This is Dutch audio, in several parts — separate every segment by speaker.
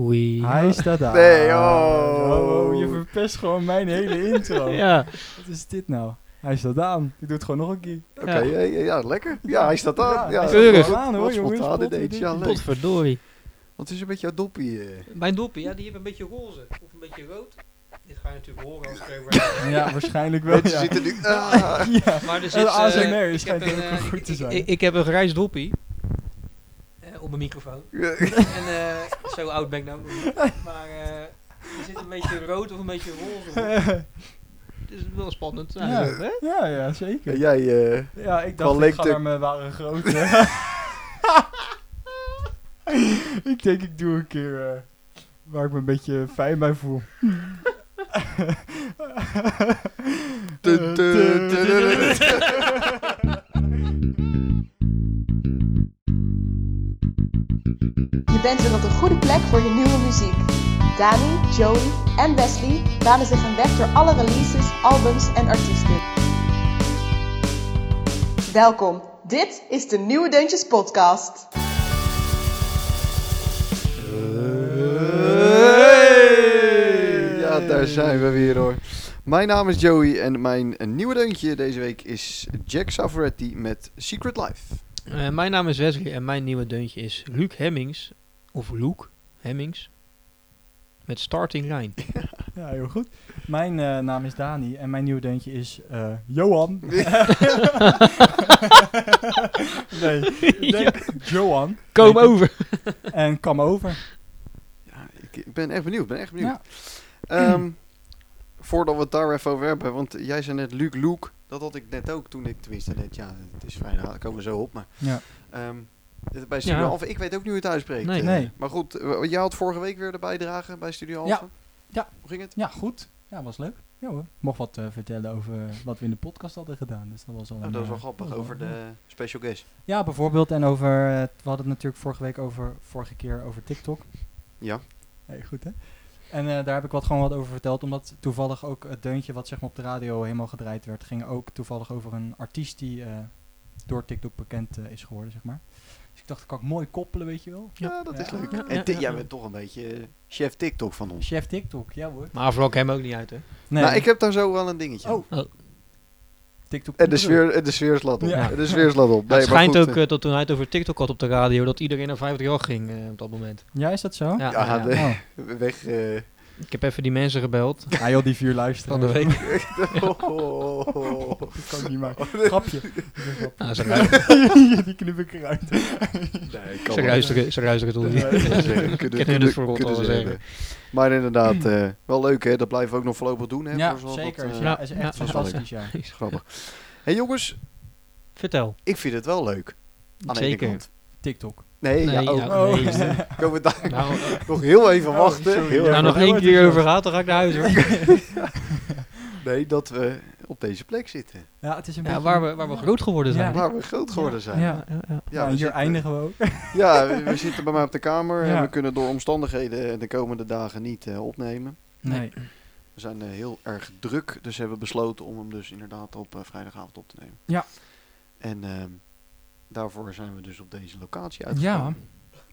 Speaker 1: Oei.
Speaker 2: Hij staat daar.
Speaker 3: Nee, oh.
Speaker 2: Oh, je verpest gewoon mijn hele intro.
Speaker 1: Ja,
Speaker 2: Wat is dit nou? Hij staat aan. Ik doe het gewoon nog een keer.
Speaker 3: Oké, ja. ja, ja, lekker. Ja, hij staat aan. Ja,
Speaker 2: hij
Speaker 1: staat keurig.
Speaker 2: gewoon aan, hoor,
Speaker 3: Wat
Speaker 2: jongens.
Speaker 3: spontaan
Speaker 2: Potten
Speaker 3: ineens. Ja,
Speaker 2: dit.
Speaker 3: leuk.
Speaker 1: potverdorie.
Speaker 3: Wat is een beetje jouw doppie? eh?
Speaker 1: Mijn doppen, ja, die hebben een beetje roze of een beetje rood. Dit ga je natuurlijk horen als ik erover...
Speaker 2: Ja, waarschijnlijk wel.
Speaker 3: Mensen
Speaker 2: Ja.
Speaker 3: zitten nu... Ah.
Speaker 2: Ja.
Speaker 1: Maar er zit...
Speaker 2: En
Speaker 1: eh,
Speaker 2: ASMR
Speaker 1: ik heb
Speaker 2: schijnt
Speaker 1: een,
Speaker 2: ook wel
Speaker 1: eh,
Speaker 2: goed te
Speaker 1: ik-
Speaker 2: zijn.
Speaker 1: Ik, ik heb een grijs doppie. Eh, op mijn microfoon. En eh, zo oud ben ik nou ook nog niet. Maar eh, er zit een beetje rood of een beetje roze op. Het is wel spannend. Nou,
Speaker 2: Ja.
Speaker 1: leuk, hè?
Speaker 2: ja, ja,
Speaker 3: Ja,
Speaker 2: zeker.
Speaker 3: jij... eh,
Speaker 2: Ja, ik
Speaker 3: Van
Speaker 2: dacht ik
Speaker 3: leek
Speaker 2: ga
Speaker 3: te-
Speaker 2: naar mijn ware grote. ik denk ik doe een keer eh, waar ik me een beetje fijn bij voel.
Speaker 3: tu- tu- tu- tu-
Speaker 4: Je bent weer op de goede plek voor je nieuwe muziek. Dani, Joey en Wesley banen zich een weg door alle releases, albums en artiesten. Welkom, dit is de Nieuwe Deuntjes Podcast.
Speaker 3: Hey! Ja, daar zijn we weer hoor. Mijn naam is Joey en mijn eh, nieuwe deuntje deze week is Jack Savaretti met Secret Life.
Speaker 1: Eh, mijn naam is Wesley en mijn nieuwe deuntje is Luc Hemmings. Of Luke Hemmings. Met starting line.
Speaker 2: Ja, heel goed. Mijn eh, naam is Dani en mijn nieuwe deuntje is eh, Johan. nee, ik denk Johan.
Speaker 1: Kom over.
Speaker 2: En kom over.
Speaker 3: Ja, ik, ik ben echt benieuwd, ik ben echt benieuwd.
Speaker 2: Ja.
Speaker 3: Ehm, voordat we het daar even over hebben, want jij zei net Luke Luke. Dat had ik net ook toen ik, tenminste net, ja, het is vrijdag, daar komen we zo op. Maar
Speaker 2: Ja.
Speaker 3: ehm, het- bij Studio
Speaker 1: Ja.
Speaker 3: Alpha, ik weet ook niet hoe je het uitspreekt.
Speaker 1: Nee.
Speaker 3: eh.
Speaker 2: Nee.
Speaker 3: Maar goed, eh, jij had vorige week weer de bijdrage bij Studio
Speaker 2: Ja.
Speaker 3: Alpha.
Speaker 2: Ja.
Speaker 3: Hoe ging het?
Speaker 2: ja, goed. Ja, was leuk. Ja hoor. Mocht wat eh, vertellen over wat we in de podcast hadden gedaan. Dus dat was al
Speaker 3: Oh,
Speaker 2: een,
Speaker 3: dat is wel
Speaker 2: eh,
Speaker 3: grappig,
Speaker 2: dat was
Speaker 3: over
Speaker 2: wel-
Speaker 3: de special guest.
Speaker 2: Ja, bijvoorbeeld. En over, eh, we hadden het natuurlijk vorige week over, vorige keer over TikTok.
Speaker 3: Ja.
Speaker 2: Hey, goed hè? En eh, daar heb ik wat gewoon wat over verteld, omdat toevallig ook het deuntje wat zeg maar op de radio helemaal gedraaid werd, ging ook toevallig over een artiest die eh, door TikTok bekend eh, is geworden, zeg maar. Dus ik dacht, dat kan ik mooi koppelen, weet je wel.
Speaker 1: Ja.
Speaker 3: Ja, dat
Speaker 2: Ja.
Speaker 3: is leuk.
Speaker 1: Ja,
Speaker 3: en
Speaker 1: ja,
Speaker 3: ti-
Speaker 1: ja,
Speaker 3: jij
Speaker 1: ja.
Speaker 3: bent toch een beetje eh, chef TikTok van ons.
Speaker 2: Chef TikTok, ja hoor.
Speaker 1: Maar vlog hem ook niet uit, hè?
Speaker 2: Nee,
Speaker 3: Nou, ik heb daar zo wel een dingetje.
Speaker 2: Oh.
Speaker 1: Oh.
Speaker 2: TikTok.
Speaker 3: En de sfeer, en de sfeer is lat op.
Speaker 2: Ja.
Speaker 3: En De sfeer is lat op. Nee,
Speaker 1: het
Speaker 3: maar
Speaker 1: schijnt
Speaker 3: goed,
Speaker 1: ook
Speaker 3: eh,
Speaker 1: eh, dat toen hij het over TikTok had op de radio, dat iedereen naar 538 ging eh, op dat moment.
Speaker 2: Ja, is dat zo?
Speaker 1: Ja,
Speaker 3: Ja,
Speaker 1: ja, ja.
Speaker 3: de-
Speaker 2: Oh.
Speaker 3: weg. eh,
Speaker 1: Ik heb even die mensen gebeld
Speaker 2: Ja, joh, die vier luisteren.
Speaker 1: van de week.
Speaker 3: Oh,
Speaker 2: Dat kan ik niet maken. Grapje. Dat is een grapje.
Speaker 1: Nou, ze, ruisteren,
Speaker 2: Ja, die knip ik eruit.
Speaker 3: Nee,
Speaker 1: ze, ruisteren, ze ruisteren toch niet.
Speaker 3: kunnen,
Speaker 1: het
Speaker 3: kunnen,
Speaker 1: verrot
Speaker 3: kunnen
Speaker 1: al
Speaker 3: ze
Speaker 1: dus zeggen.
Speaker 3: hebben. Maar inderdaad, eh, wel leuk hè. Dat blijven we ook nog voorlopig doen. Hè,
Speaker 2: Ja,
Speaker 3: voor zoals dat,
Speaker 2: zeker.
Speaker 3: eh,
Speaker 2: ja, is
Speaker 1: Ja,
Speaker 2: echt
Speaker 3: dat is wel
Speaker 2: fantastisch, ja.
Speaker 3: is grappig. Hé jongens,
Speaker 1: Vertel.
Speaker 3: ik vind het wel leuk. Aan de ene
Speaker 1: Zeker.
Speaker 3: kant.
Speaker 2: TikTok.
Speaker 3: Nee, ja,
Speaker 1: Nee,
Speaker 3: ook.
Speaker 1: ja. Oh, nee.
Speaker 3: Komen we daar
Speaker 1: Nou, eh,
Speaker 3: nog heel even
Speaker 2: Oh,
Speaker 3: wachten.
Speaker 2: sorry.
Speaker 3: Heel
Speaker 2: Ja,
Speaker 1: nou
Speaker 3: even-
Speaker 1: nog
Speaker 2: heel
Speaker 1: één keer
Speaker 2: enthousiast.
Speaker 1: over gaat, dan ga ik naar huis hoor.
Speaker 3: Nee, dat we op deze plek zitten.
Speaker 2: Ja, het is een
Speaker 1: Ja,
Speaker 2: beetje...
Speaker 1: waar, we, waar we groot geworden zijn.
Speaker 2: Ja.
Speaker 3: Waar we groot geworden zijn.
Speaker 2: Ja.
Speaker 1: ja, ja.
Speaker 3: Ja,
Speaker 2: Nou,
Speaker 3: we
Speaker 2: hier
Speaker 3: zitten-
Speaker 2: eindigen we ook.
Speaker 3: Ja, we, we zitten bij mij op de kamer en
Speaker 2: Ja.
Speaker 3: we kunnen door omstandigheden de komende dagen niet eh, opnemen.
Speaker 2: Nee.
Speaker 3: We zijn eh, heel erg druk, dus hebben besloten om hem dus inderdaad op eh, vrijdagavond op te nemen.
Speaker 2: Ja.
Speaker 3: En ehm, daarvoor zijn we dus op deze locatie
Speaker 2: Ja,
Speaker 3: uitgekomen.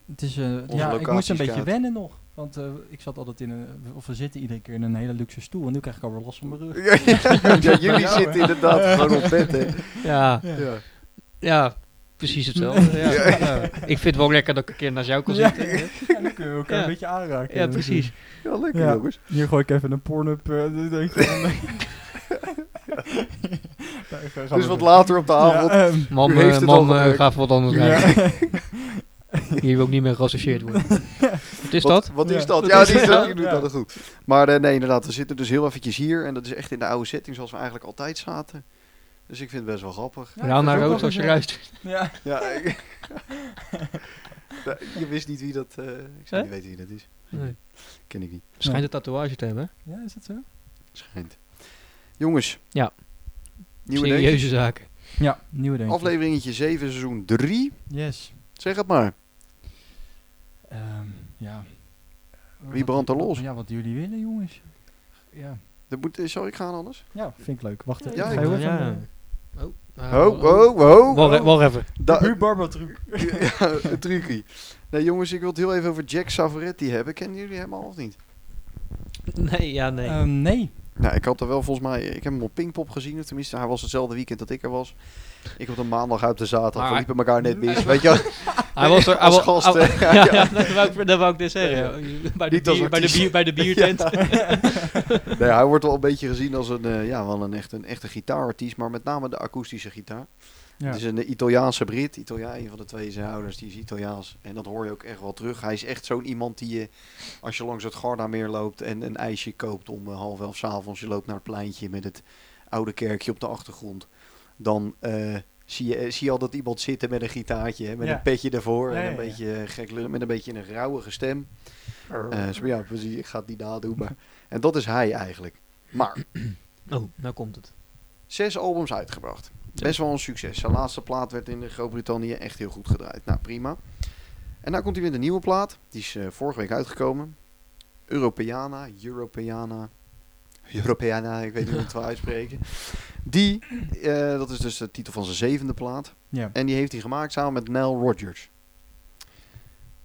Speaker 2: het is, eh,
Speaker 3: Onze
Speaker 2: ja ik moest een beetje
Speaker 3: locatiescout.
Speaker 2: wennen nog. Want eh, ik zat altijd in een... Of we zitten iedere keer in een hele luxe stoel. En nu krijg ik alweer los van mijn rug.
Speaker 3: Ja, ja, ja, jullie
Speaker 2: Ja,
Speaker 3: zitten inderdaad gewoon op bed. Hè.
Speaker 1: Ja,
Speaker 3: Ja.
Speaker 1: ja, precies hetzelfde. Ja. Ja. Ik vind het wel lekker dat ik een keer naar jou kan
Speaker 2: Ja.
Speaker 1: zitten. Ja,
Speaker 2: En dan kunnen we elkaar
Speaker 1: Ja.
Speaker 2: een beetje aanraken.
Speaker 1: Ja, precies.
Speaker 3: Ja, lekker
Speaker 2: Ja.
Speaker 3: jongens.
Speaker 2: Hier gooi ik even een porn-up. eh, denk ik. Nou, ik ga- ga
Speaker 3: Dus
Speaker 2: maar
Speaker 3: wat
Speaker 2: door.
Speaker 3: later op de avond.
Speaker 2: Ja, ehm,
Speaker 1: Man,
Speaker 3: U heeft
Speaker 1: eh,
Speaker 3: het al
Speaker 1: man eh,
Speaker 3: gemerkt.
Speaker 1: ga voor wat anders
Speaker 2: ja.
Speaker 1: rijden. Hier wil ik niet meer geassocieerd worden. Wat is
Speaker 3: Wat,
Speaker 1: dat?
Speaker 3: wat
Speaker 2: Ja.
Speaker 3: is dat?
Speaker 2: Wat
Speaker 3: Ja,
Speaker 2: is
Speaker 3: die is
Speaker 2: dat?
Speaker 3: dat. Je doet
Speaker 2: Ja.
Speaker 3: dat goed. Maar eh, nee, inderdaad, we zitten dus heel eventjes hier. En dat is echt in de oude setting zoals we eigenlijk altijd zaten. Dus ik vind het best wel grappig.
Speaker 2: Ja,
Speaker 1: Ja, naar
Speaker 2: ik vind het ook
Speaker 1: rood
Speaker 2: wel
Speaker 1: als je
Speaker 2: gezellig.
Speaker 1: ruist.
Speaker 2: Ja.
Speaker 3: Ja, ik- Ja, je wist niet wie dat... eh, ik zou niet weten wie dat is.
Speaker 1: Nee.
Speaker 3: Ken ik niet.
Speaker 1: Schijnt een tatoeage te hebben.
Speaker 2: ja, is dat zo?
Speaker 3: Schijnt. Jongens.
Speaker 1: Ja.
Speaker 3: Nieuwe deuntjes.
Speaker 1: Serieuze zaken.
Speaker 2: Ja, nieuwe denk
Speaker 3: Afleveringetje 7, seizoen 3.
Speaker 2: Yes.
Speaker 3: Zeg het maar.
Speaker 2: Ehm, ja.
Speaker 3: Wie brandt er los?
Speaker 2: Ja, wat jullie willen, jongens. Ja.
Speaker 3: Dat moet, eh, zal ik gaan anders?
Speaker 2: Ja, vind ik leuk. Wacht
Speaker 3: Ja,
Speaker 2: ga
Speaker 3: ik-
Speaker 2: heel
Speaker 1: ja.
Speaker 2: even, eh,
Speaker 1: Oh, nou,
Speaker 3: Ho, ho, ho.
Speaker 1: Wacht e- wacht even.
Speaker 3: Da-
Speaker 2: Ruud Barbatruc.
Speaker 3: ja, een trucje. Nee, jongens, ik wil het heel even over Jack Savaretti hebben. Kennen jullie hem al of niet?
Speaker 1: Nee, ja, nee.
Speaker 2: Ehm, nee.
Speaker 3: Nou, ik had er wel volgens mij... Ik heb hem op Pinkpop gezien, of tenminste. Hij was hetzelfde weekend dat ik er was. Ik op de maandag uit de zaterdag.
Speaker 1: Maar-
Speaker 3: We liepen elkaar net mis. Weet je wel?
Speaker 1: hij was er. hij
Speaker 3: als
Speaker 1: wa- hij
Speaker 3: gast,
Speaker 1: wa-
Speaker 3: hè.
Speaker 1: ja, ja, dat wou ik, dat wou ik dus zeggen. Bij de,
Speaker 3: Niet als
Speaker 1: bier, bij de,
Speaker 3: artiest.
Speaker 1: bier, bij de biertent.
Speaker 3: Nee, hij wordt wel een beetje gezien als een, eh, ja, wel een, echt, een echte gitaarartiest, maar met name de akoestische gitaar.
Speaker 2: Ja.
Speaker 3: Het is een Italiaanse Brit, Italiaan, een van de twee zijn ouders, die is Italiaans. En dat hoor je ook echt wel terug. Hij is echt zo'n iemand die je, als je langs het Gardameer loopt en een ijsje koopt om eh, half elf 's avonds, je loopt naar het pleintje met het oude kerkje op de achtergrond, dan eh, zie, je, eh, zie je al dat iemand zitten met een gitaartje, hè, met
Speaker 2: Ja.
Speaker 3: een petje ervoor
Speaker 2: Ja,
Speaker 3: en een
Speaker 2: ja, ja.
Speaker 3: beetje eh, gek lullen, met een beetje een rauwige stem. Eh, zo, ja, precies. Ik ga het niet nadoen. Maar... En dat is hij eigenlijk. Maar
Speaker 1: Oh, nou komt het.
Speaker 3: zes albums uitgebracht. Best wel een succes. Zijn laatste plaat werd in Groot-Brittannië echt heel goed gedraaid. Nou, prima. En nou komt hij met een nieuwe plaat. Die is eh, vorige week uitgekomen. Europeana, Europeana. Europeana, ik weet niet hoe ik het wil uitspreken. Die, eh, dat is dus de titel van zijn zevende plaat.
Speaker 2: Ja.
Speaker 3: En die heeft hij gemaakt samen met Nile Rodgers.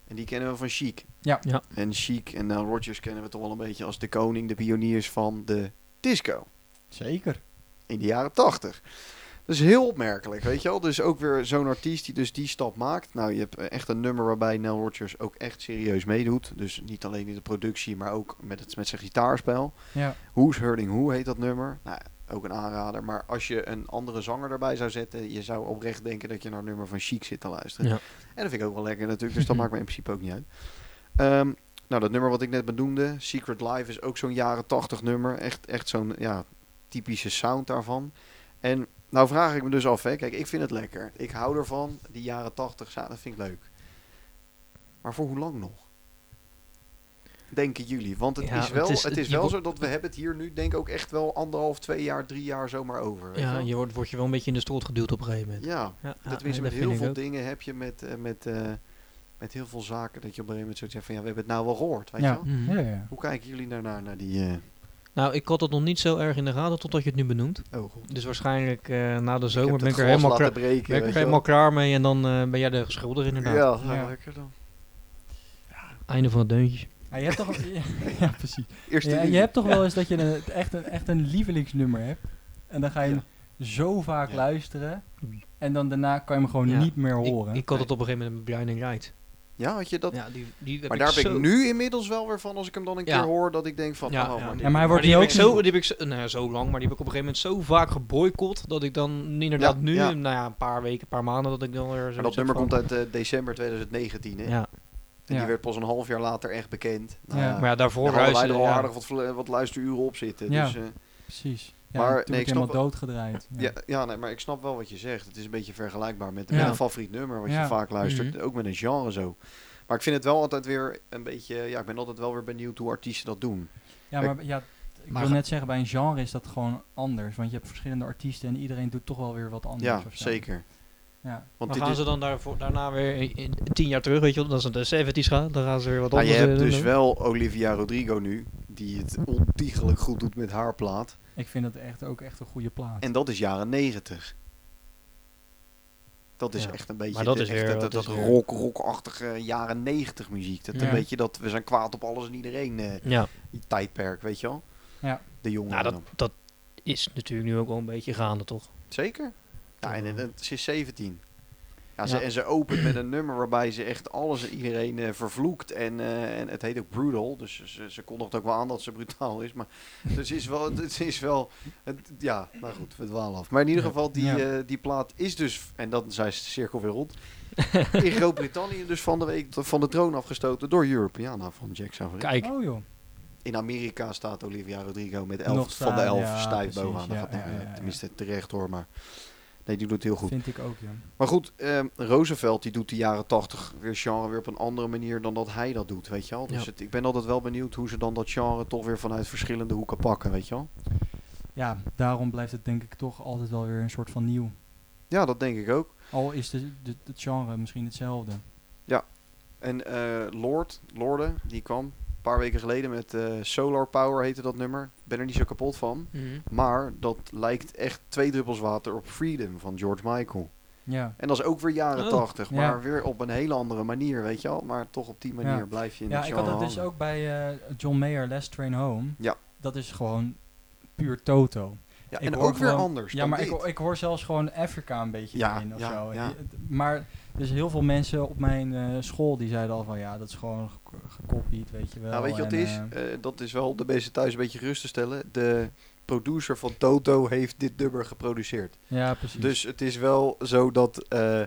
Speaker 3: En die kennen we van Chic.
Speaker 2: Ja.
Speaker 1: Ja.
Speaker 3: En Chic en Nile Rodgers kennen we toch wel een beetje als de koning, de pioniers van de disco
Speaker 2: Zeker.
Speaker 3: in de jaren 80. Dat is heel opmerkelijk, weet je wel. Dus ook weer zo'n artiest die dus die stap maakt. Nou, je hebt eh, echt een nummer waarbij Nel Rodgers ook echt serieus meedoet. Dus niet alleen in de productie, maar ook met, het, met zijn gitaarspel.
Speaker 2: Ja.
Speaker 3: Who's Hurting Who heet dat nummer. Nou, ook een aanrader. Maar als je een andere zanger erbij zou zetten... je zou oprecht denken dat je naar een nummer van Chic zit te luisteren.
Speaker 1: Ja.
Speaker 3: En dat vind ik ook wel lekker natuurlijk. Dus dat maakt me in principe ook niet uit. Ehm, nou, dat nummer wat ik net benoemde... Secret Life is ook zo'n jaren 80 nummer. Echt, echt zo'n ja, typische sound daarvan. En nou vraag ik me dus af... Hè. Kijk, ik vind het lekker. Ik hou ervan. Die jaren 80, ja, dat vind ik leuk. Maar voor hoe lang nog? Denken jullie? Want het
Speaker 1: Ja,
Speaker 3: is wel,
Speaker 1: het
Speaker 3: het
Speaker 1: is-
Speaker 3: is,
Speaker 1: het- je
Speaker 3: wel
Speaker 1: wo-
Speaker 3: zo dat we hebben het hier nu denk ik ook echt wel anderhalf, twee jaar, drie jaar zomaar over. weet je
Speaker 1: Ja,
Speaker 3: wel?
Speaker 1: je wordt, wordt je wel een beetje in de strot geduwd op een gegeven moment.
Speaker 3: ja,
Speaker 1: Ja, ja,
Speaker 3: dat wist
Speaker 1: nee,
Speaker 3: met
Speaker 1: vind
Speaker 3: heel
Speaker 1: ik
Speaker 3: veel
Speaker 1: ook.
Speaker 3: dingen heb je met, eh, met, eh, met heel veel zaken dat je op een gegeven moment zoiets hebt van ja, we hebben het nou wel gehoord, weet je
Speaker 2: Ja.
Speaker 3: wel?
Speaker 1: Mhm.
Speaker 2: Ja, ja, ja.
Speaker 3: Hoe kijken jullie daarnaar naar die... eh
Speaker 1: Nou, ik had het nog niet zo erg in de gaten totdat je het nu benoemt.
Speaker 3: oh god,
Speaker 1: Dus waarschijnlijk eh, na de
Speaker 3: ik
Speaker 1: zomer
Speaker 3: heb
Speaker 1: ben
Speaker 3: het
Speaker 1: ik er
Speaker 3: glas
Speaker 1: helemaal,
Speaker 3: laten
Speaker 1: klaar-
Speaker 3: breken.
Speaker 1: ben ik
Speaker 3: weet
Speaker 1: er
Speaker 3: je
Speaker 1: helemaal
Speaker 3: wel.
Speaker 1: klaar mee. En dan eh, ben jij de schuldige inderdaad.
Speaker 3: Ja, nou,
Speaker 2: Ja.
Speaker 3: lekker dan.
Speaker 1: Einde van het deuntje.
Speaker 2: Ja, je hebt toch, ja, ja, precies.
Speaker 3: Eerste
Speaker 2: Ja, je
Speaker 3: liedje.
Speaker 2: hebt toch wel eens dat je een, echt, een, echt een lievelingsnummer hebt. En dan ga je
Speaker 3: Ja.
Speaker 2: hem zo vaak
Speaker 3: Ja.
Speaker 2: luisteren. En dan daarna kan je hem gewoon
Speaker 1: Ja.
Speaker 2: niet meer horen.
Speaker 1: Ik, ik had het op een gegeven moment met Brian and Wright.
Speaker 3: Ja, had je dat...
Speaker 1: Ja, die, die heb
Speaker 3: maar daar
Speaker 1: ik
Speaker 3: ben ik
Speaker 1: zo-
Speaker 3: nu inmiddels wel weer van als ik hem dan een
Speaker 1: Ja.
Speaker 3: keer hoor dat ik denk van...
Speaker 1: Ja,
Speaker 3: oh,
Speaker 1: ja.
Speaker 3: maar
Speaker 1: Ja,
Speaker 3: dit-
Speaker 2: maar hij wordt
Speaker 1: Maar die heb
Speaker 2: nu
Speaker 1: ik
Speaker 2: ook
Speaker 1: zo, die heb ik zo, nou ja, zo lang, maar die heb ik op een gegeven moment zo vaak geboycott dat ik dan inderdaad
Speaker 3: Ja,
Speaker 1: nu,
Speaker 3: ja.
Speaker 1: nou ja, een paar weken, een paar maanden, dat ik dan weer zo.
Speaker 3: Maar dat nummer komt uit eh, december 2019, hè?
Speaker 1: Ja,
Speaker 3: En
Speaker 2: Ja.
Speaker 3: die werd pas een half jaar later echt bekend. Nou,
Speaker 2: Ja.
Speaker 3: ja.
Speaker 1: maar ja, daarvoor
Speaker 3: Daar hadden wij
Speaker 1: ruisen-
Speaker 3: er al
Speaker 1: ja.
Speaker 3: aardig wat, vle- wat luisteruren op zitten.
Speaker 2: Ja.
Speaker 3: Dus, eh,
Speaker 2: Precies. Ja,
Speaker 3: Maar,
Speaker 2: maar,
Speaker 3: nee,
Speaker 2: toen ben
Speaker 3: ik
Speaker 2: ik
Speaker 3: snap
Speaker 2: helemaal doodgedraaid. Ja.
Speaker 3: ja, ja nee, maar ik snap wel wat je zegt. Het is een beetje vergelijkbaar met, met
Speaker 2: Ja.
Speaker 3: een favoriet nummer wat je
Speaker 2: Ja.
Speaker 3: vaak luistert.
Speaker 1: Mhm.
Speaker 3: Ook met een genre zo. Maar ik vind het wel altijd weer een beetje... Ja, ik ben altijd wel weer benieuwd hoe artiesten dat doen.
Speaker 2: Ja, maar ja, ik
Speaker 1: Maar
Speaker 2: wil
Speaker 1: ga-
Speaker 2: net zeggen, bij een genre is dat gewoon anders. Want je hebt verschillende artiesten en iedereen doet toch wel weer wat anders.
Speaker 3: ja,
Speaker 2: of zo.
Speaker 3: zeker.
Speaker 2: Ja.
Speaker 3: Want
Speaker 1: Maar
Speaker 3: dit
Speaker 1: gaan
Speaker 3: is,
Speaker 1: ze dan daarvoor, daarna weer in- in- tien jaar terug, weet je wel, dan ze de 70s gaan, dan gaan ze weer wat
Speaker 3: nou, je
Speaker 1: anders eh,
Speaker 3: hebt
Speaker 1: doen.
Speaker 3: dus wel Olivia Rodrigo nu, die het ontiegelijk goed doet met haar plaat.
Speaker 2: Ik vind dat echt ook echt een goede plaat.
Speaker 3: En dat is jaren 90. Dat is
Speaker 1: Ja.
Speaker 3: echt een beetje
Speaker 1: Maar dat
Speaker 3: de-
Speaker 1: is
Speaker 3: echt
Speaker 1: weer-
Speaker 3: dat,
Speaker 1: dat
Speaker 3: dat
Speaker 1: is weer-
Speaker 3: rock, rockachtige jaren 90 muziek. Dat
Speaker 2: Ja.
Speaker 3: een beetje dat we zijn kwaad op alles en iedereen eh,
Speaker 1: Ja,
Speaker 3: die tijdperk, weet je wel?
Speaker 2: Ja.
Speaker 3: De jongeren
Speaker 1: nou dat,
Speaker 3: dan.
Speaker 1: dat is natuurlijk nu ook wel een beetje gaande, toch?
Speaker 3: Zeker. Ja, en, en, en ze is 17. Ja, ze,
Speaker 1: Ja.
Speaker 3: En ze opent met een nummer waarbij ze echt alles en iedereen eh, vervloekt. En, eh, en het heet ook Brutal. Dus ze, ze kondigt ook wel aan dat ze brutaal is. Maar dus is wel, het is wel... Het, ja, nou goed, we dwalen af. Maar in ieder
Speaker 1: Ja.
Speaker 3: geval, die,
Speaker 2: Ja.
Speaker 3: eh, die plaat is dus... En dan zijn ze de cirkel weer rond. in Groot-Brittannië dus van de week van de troon afgestoten door Europeana van Jack Savarin.
Speaker 1: Kijk,
Speaker 2: Oh joh.
Speaker 3: In Amerika staat Olivia Rodrigo met elf,
Speaker 2: Nog
Speaker 3: van de
Speaker 2: staan,
Speaker 3: elf
Speaker 2: ja,
Speaker 3: stijf
Speaker 2: precies,
Speaker 3: bovenaan.
Speaker 2: ja,
Speaker 3: Dat gaat
Speaker 2: ja,
Speaker 3: nou,
Speaker 2: ja, ja.
Speaker 3: Tenminste, terecht hoor, maar... Nee, die doet heel goed.
Speaker 2: Vind ik ook, joh.
Speaker 3: Maar goed, ehm, Roosevelt die doet de jaren tachtig weer genre weer op een andere manier dan dat hij dat doet, weet je wel. Dus
Speaker 1: Ja.
Speaker 3: het, ik ben altijd wel benieuwd hoe ze dan dat genre toch weer vanuit verschillende hoeken pakken, weet je wel.
Speaker 2: Ja, daarom blijft het denk ik toch altijd wel weer een soort van nieuw.
Speaker 3: Ja, dat denk ik ook.
Speaker 2: Al is de, de, het genre misschien hetzelfde.
Speaker 3: En eh, Lord, Lorde, die kwam een paar weken geleden met eh, Solar Power heette dat nummer. Ik ben er niet zo kapot van.
Speaker 1: Mhm.
Speaker 3: Maar dat lijkt echt twee druppels water op Freedom van George Michael.
Speaker 2: Ja.
Speaker 3: En dat is ook weer jaren
Speaker 1: Oh.
Speaker 3: tachtig,
Speaker 2: Ja.
Speaker 3: maar weer op een hele andere manier, weet je wel. Maar toch op die manier
Speaker 2: Ja.
Speaker 3: blijf je in
Speaker 2: Ja,
Speaker 3: het
Speaker 2: ik had dat
Speaker 3: genre
Speaker 2: dus
Speaker 3: hangen.
Speaker 2: ook bij eh, John Mayer, Last Train Home.
Speaker 3: Ja.
Speaker 2: Dat is gewoon puur Toto.
Speaker 3: Ja,
Speaker 2: ik
Speaker 3: en
Speaker 2: hoor
Speaker 3: ook weer
Speaker 2: gewoon-
Speaker 3: anders
Speaker 2: Ja,
Speaker 3: dan
Speaker 2: maar
Speaker 3: dit.
Speaker 2: ik, ho- ik hoor zelfs gewoon Afrika een beetje
Speaker 3: Ja,
Speaker 2: in of
Speaker 3: ja,
Speaker 2: zo.
Speaker 3: ja.
Speaker 2: Maar dus heel veel mensen op mijn eh, school die zeiden al van ja, dat is gewoon gek- gekopied, weet je wel.
Speaker 3: nou, weet je wat
Speaker 2: en,
Speaker 3: het is?
Speaker 2: eh,
Speaker 3: Eh, dat is wel de mensen thuis een beetje gerust te stellen. De producer van Toto heeft dit nummer geproduceerd.
Speaker 2: ja, precies.
Speaker 3: Dus het is wel zo dat eh,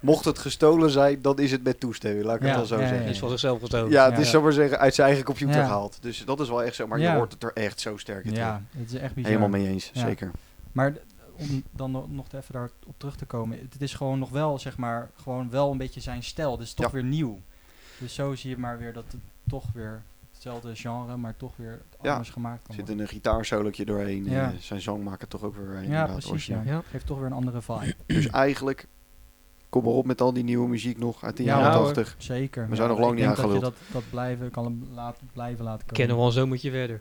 Speaker 3: mocht het gestolen zijn, dan is het met toestemming. Laat ik
Speaker 2: Ja,
Speaker 3: het dan zo
Speaker 2: ja, ja,
Speaker 3: zeggen.
Speaker 1: Hij
Speaker 2: ja.
Speaker 1: is van zichzelf gestolen.
Speaker 3: Ja, het
Speaker 2: Ja.
Speaker 3: is zomaar zeggen uit zijn eigen computer
Speaker 2: Ja.
Speaker 3: gehaald. Dus dat is wel echt zo. Maar
Speaker 2: Ja.
Speaker 3: je hoort het er echt zo sterk in. terug.
Speaker 2: ja, het is echt bizar.
Speaker 3: Helemaal mee eens,
Speaker 2: Ja.
Speaker 3: zeker.
Speaker 2: Maar d- om dan no- nog even daarop terug te komen, het is gewoon nog wel, zeg maar, gewoon wel een beetje zijn stijl. Dus toch
Speaker 3: Ja.
Speaker 2: weer nieuw. Dus zo zie je maar weer dat het toch weer hetzelfde genre, maar toch weer
Speaker 3: Ja.
Speaker 2: anders gemaakt
Speaker 3: Er
Speaker 2: kan
Speaker 3: zit
Speaker 2: worden.
Speaker 3: een gitaarsolotje doorheen. eh,
Speaker 2: Ja.
Speaker 3: zijn zang maakt het toch ook weer eh,
Speaker 2: Ja,
Speaker 3: inderdaad
Speaker 2: precies.
Speaker 3: origineel.
Speaker 2: Ja.
Speaker 1: Ja.
Speaker 2: Geeft toch weer een andere vibe.
Speaker 3: Dus eigenlijk, kom maar op met al die nieuwe muziek nog uit de
Speaker 2: Ja,
Speaker 3: jaren
Speaker 1: hoor.
Speaker 3: 80.
Speaker 2: Zeker.
Speaker 3: We zijn nog
Speaker 2: ik
Speaker 3: lang niet
Speaker 2: denk dat je dat,
Speaker 3: aangeluld.
Speaker 2: dat blijven, kan hem laten, blijven laten komen.
Speaker 1: Kennen we al zo moet je verder.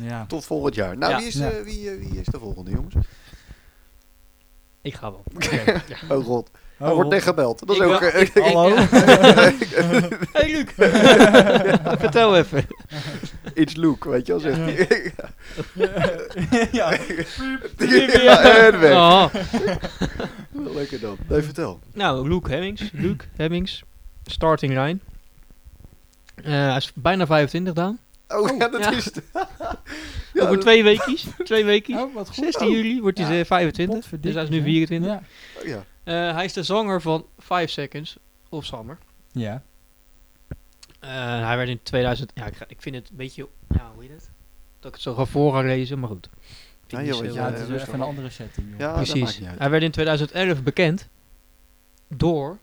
Speaker 2: Ja.
Speaker 3: Tot volgend jaar. Nou,
Speaker 1: Ja.
Speaker 3: wie, is,
Speaker 2: Ja.
Speaker 3: eh, wie, eh, wie is de volgende, jongens?
Speaker 1: Ik ga wel.
Speaker 3: Oh god, er wordt net gebeld. Dat is
Speaker 1: Ik
Speaker 3: ook...
Speaker 1: wel-
Speaker 3: eh,
Speaker 1: ik-
Speaker 2: Hallo?
Speaker 1: hey Luc! Vertel even.
Speaker 3: It's Luke, weet je wel, zegt hij.
Speaker 2: ja.
Speaker 3: Ja, en weg. Oh.
Speaker 1: Oh.
Speaker 3: Lekker dan. Nee, vertel.
Speaker 1: Nou, Luke Hemmings. Luke Hemmings. Starting line. Eh, hij is bijna 25 dan.
Speaker 3: Oh, ja, dat
Speaker 1: ja.
Speaker 3: is het. Ja,
Speaker 1: Over
Speaker 3: dat-
Speaker 1: twee weekjes. Twee weekjes.
Speaker 2: Oh, wat goed.
Speaker 1: 16 juli wordt hij
Speaker 3: Ja.
Speaker 1: eh, 25. Dus
Speaker 2: Potverdikke,
Speaker 1: hij is nu
Speaker 2: zeg.
Speaker 1: 24.
Speaker 2: Ja.
Speaker 3: oh, ja.
Speaker 1: Eh, hij is de zanger van 5 Seconds of Summer.
Speaker 2: ja.
Speaker 1: Eh, hij werd in 2000. Ja, ik, ga- ik vind het een beetje. Ja, hoe heet het? Dat ik het zo ga voor gaan lezen, maar goed. Vind
Speaker 3: Ja,
Speaker 1: ik
Speaker 3: joh,
Speaker 1: zo-
Speaker 3: weet je,
Speaker 2: Ja,
Speaker 3: Ja,
Speaker 2: het is
Speaker 3: rustig
Speaker 2: even een
Speaker 3: op.
Speaker 2: andere setting. joh.
Speaker 3: Ja, Oh, dat maakt
Speaker 1: Precies.
Speaker 3: niet uit.
Speaker 1: Hij werd in 2011 bekend door.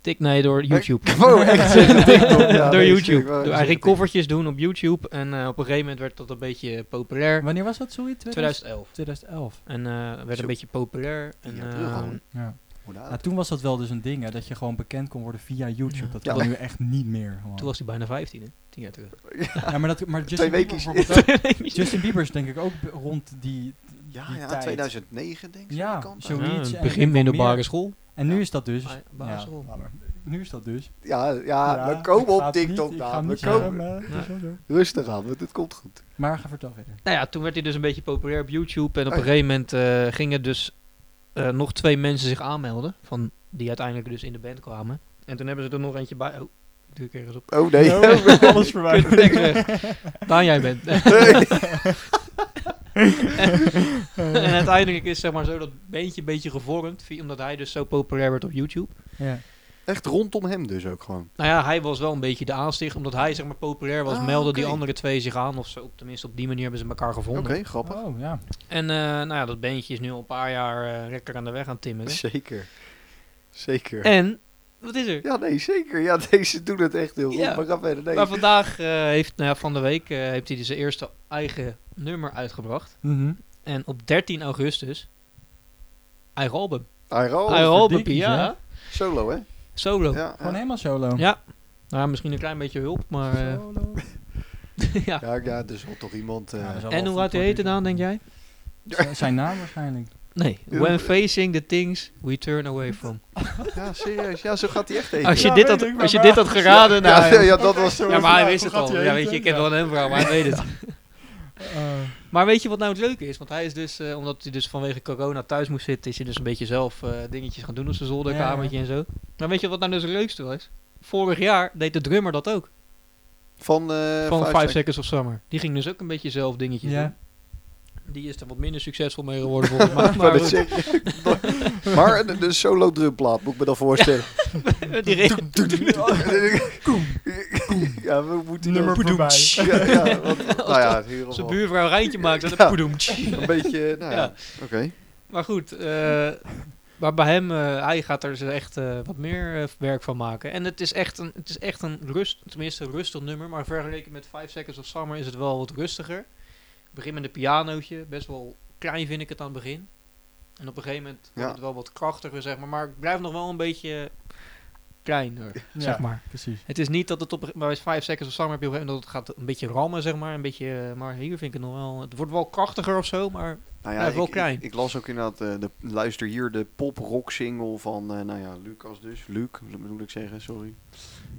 Speaker 1: Tik, nee, door YouTube.
Speaker 3: Oh, echt? TikTok, ja,
Speaker 1: door
Speaker 3: nee,
Speaker 1: YouTube.
Speaker 3: ik wou
Speaker 1: Door- hij
Speaker 3: zeggen,
Speaker 1: ging covertjes doen op YouTube en eh, op een gegeven moment werd dat een beetje populair.
Speaker 2: Wanneer was dat, sorry? 2000
Speaker 1: 2011.
Speaker 2: 2011.
Speaker 1: En eh, werd
Speaker 3: Zo.
Speaker 1: een beetje populair. En,
Speaker 3: Ja, terug al.
Speaker 1: ehm,
Speaker 2: Ja.
Speaker 3: Hoe laat?
Speaker 2: Nou, toen was dat wel dus een ding, hè, dat je gewoon bekend kon worden via YouTube.
Speaker 1: Ja.
Speaker 2: Dat
Speaker 3: Ja.
Speaker 2: kan nu echt niet meer. gewoon.
Speaker 1: toen was hij bijna 15, hè? 10 jaar terug.
Speaker 2: ja, maar, dat, maar Justin,
Speaker 3: Twee
Speaker 2: Bieber
Speaker 3: weekjes.
Speaker 2: bijvoorbeeld ook- Justin Bieber is denk ik ook be- rond die,
Speaker 3: Ja,
Speaker 2: die
Speaker 3: ja,
Speaker 2: tijd.
Speaker 3: 2009 denk ik.
Speaker 2: Ja,
Speaker 3: die kant
Speaker 2: zo-
Speaker 3: uit.
Speaker 2: Zoiets
Speaker 1: Ja,
Speaker 2: en
Speaker 1: een
Speaker 2: ik
Speaker 1: begin
Speaker 2: denk wel
Speaker 1: middelbare
Speaker 2: meer.
Speaker 1: school.
Speaker 2: En nu
Speaker 3: Ja.
Speaker 2: is dat dus...
Speaker 1: Ah, basisschool.
Speaker 2: laat maar. nu is dat dus...
Speaker 3: Ja, ja, Ah, we
Speaker 2: ik
Speaker 3: komen
Speaker 2: ga
Speaker 3: op
Speaker 2: het niet-
Speaker 3: TikTok
Speaker 2: ik ga
Speaker 3: aan.
Speaker 2: hem
Speaker 3: We
Speaker 2: niet zeggen,
Speaker 3: komen.
Speaker 2: maar het is wel zo.
Speaker 3: Rustig aan, want het komt goed.
Speaker 2: Maar ga vertel verder.
Speaker 1: Nou ja, toen werd hij dus een beetje populair op YouTube. En op
Speaker 3: Oh
Speaker 1: een
Speaker 3: ja.
Speaker 1: gegeven moment eh, gingen dus eh, nog twee mensen zich aanmelden. Van, die uiteindelijk dus in de band kwamen. En toen hebben ze er nog eentje bij. Oh, ik druk ergens op.
Speaker 3: Oh nee.
Speaker 2: alles
Speaker 1: Kut,
Speaker 2: verwijderd.
Speaker 1: tekst weg. Daan, jij bent. en uiteindelijk is zeg maar zo dat beentje een beetje gevormd. via- Omdat hij dus zo populair werd op YouTube.
Speaker 2: Ja.
Speaker 3: Echt rondom hem dus ook gewoon.
Speaker 1: Nou ja, hij was wel een beetje de aansticht. Omdat hij zeg maar populair was,
Speaker 3: Ah,
Speaker 1: melden die
Speaker 3: oké.
Speaker 1: andere twee zich aan. Of zo, tenminste, op die manier hebben ze elkaar
Speaker 3: Oké,
Speaker 1: gevonden.
Speaker 3: grappig.
Speaker 2: Oh, ja.
Speaker 1: En eh, nou ja, dat beentje is nu al een paar jaar eh, lekker aan de weg aan het timmeren.
Speaker 3: Zeker. Zeker.
Speaker 1: En, wat is er?
Speaker 3: Ja, nee, zeker. Ja, deze doen het echt heel goed.
Speaker 1: Ja.
Speaker 3: Maar ga verder. Nee.
Speaker 1: Maar vandaag eh, heeft, nou ja, van de week eh, heeft hij dus zijn eerste eigen nummer uitgebracht.
Speaker 2: Mhm.
Speaker 1: En op 13 augustus, eigen album.
Speaker 3: Iron,
Speaker 1: eigen album,
Speaker 2: verdikkies,
Speaker 1: ja.
Speaker 2: hè?
Speaker 3: Solo, Oh, hè?
Speaker 1: Solo. Ja.
Speaker 3: Ja,
Speaker 2: Gewoon
Speaker 3: ja.
Speaker 2: helemaal solo.
Speaker 1: Ja. Nou ja, misschien een klein beetje hulp, maar eh,
Speaker 2: Solo.
Speaker 1: ja.
Speaker 3: Ja, ja, er zal toch iemand... eh,
Speaker 2: Ja, dat is al
Speaker 1: En
Speaker 2: wel
Speaker 1: hoe gaat hij
Speaker 2: verantwoordelijk.
Speaker 1: heten dan, denk jij?
Speaker 2: Z- Zijn naam waarschijnlijk.
Speaker 1: Nee,
Speaker 3: Ja.
Speaker 1: When Facing the Things We Turn Away From.
Speaker 3: ja, serieus. Ja, zo gaat hij echt eten.
Speaker 1: Als je,
Speaker 2: Ja,
Speaker 1: dit,
Speaker 2: weet
Speaker 1: had,
Speaker 2: ik, maar
Speaker 1: als je
Speaker 2: waar-
Speaker 1: dit had geraden, nou...
Speaker 3: ja,
Speaker 1: Ja,
Speaker 3: ja, ja, dat was zo.
Speaker 2: Ja,
Speaker 1: maar hij
Speaker 2: hoe
Speaker 1: wist het
Speaker 2: gaat
Speaker 1: al.
Speaker 2: hij
Speaker 1: Ja, weet
Speaker 2: heten?
Speaker 1: je, ik ken
Speaker 2: Ja.
Speaker 1: wel een vrouw, maar hij weet het.
Speaker 2: Eh,
Speaker 1: Maar weet je wat nou het leuke is? Want hij is dus, eh, omdat hij dus vanwege corona thuis moest zitten, is hij dus een beetje zelf eh, dingetjes gaan doen op zijn zolderkamertje en zo. Maar weet je wat nou dus het leukste was? Vorig jaar deed de drummer dat ook.
Speaker 3: Van, eh
Speaker 1: van
Speaker 3: Five
Speaker 1: 5
Speaker 3: Seconds.
Speaker 1: Seconds of Summer. Die ging dus ook een beetje zelf dingetjes
Speaker 2: Ja.
Speaker 1: doen. Die is er wat minder succesvol mee geworden volgens mij. Maar
Speaker 3: Dat zeg- maar een, een solo drumplaat moet ik me dan voorstellen.
Speaker 1: goed, die re-
Speaker 3: ja, we moeten
Speaker 2: Nummer
Speaker 3: dat-
Speaker 2: voorbij.
Speaker 3: Ja, ja, want, nou ja, in ieder
Speaker 1: zijn
Speaker 3: geval
Speaker 1: buurvrouw een rijntje maakt.
Speaker 3: Ja.
Speaker 1: En poedoem.
Speaker 3: een beetje, nou ja,
Speaker 1: Ja.
Speaker 3: oké.
Speaker 1: Maar goed, eh, maar bij hem, eh, hij gaat er dus echt eh, wat meer eh, werk van maken. En het is echt een, het is echt een rust, tenminste een rustig nummer, maar vergeleken met 5 Seconds of Summer is het wel wat rustiger. Het begint met een pianootje, best wel klein vind ik het aan het begin. En op een gegeven moment wordt
Speaker 3: Ja.
Speaker 1: het wel wat krachtiger, zeg maar. Maar ik blijf nog wel een beetje kleiner, zeg maar.
Speaker 2: Precies.
Speaker 1: Het is niet dat het op maar bij 5 seconds of summer en dat het gaat een beetje rammen, zeg maar. Een beetje, eh, maar hier vind ik het nog wel. Het wordt wel krachtiger of zo, maar
Speaker 3: Nou
Speaker 1: Ja, wel
Speaker 3: ik,
Speaker 1: klein.
Speaker 3: Ik, ik las ook inderdaad, eh, de, luister hier, de pop-rock single van, eh, nou ja, Lucas dus. Luc, bedoel ik zeggen, sorry.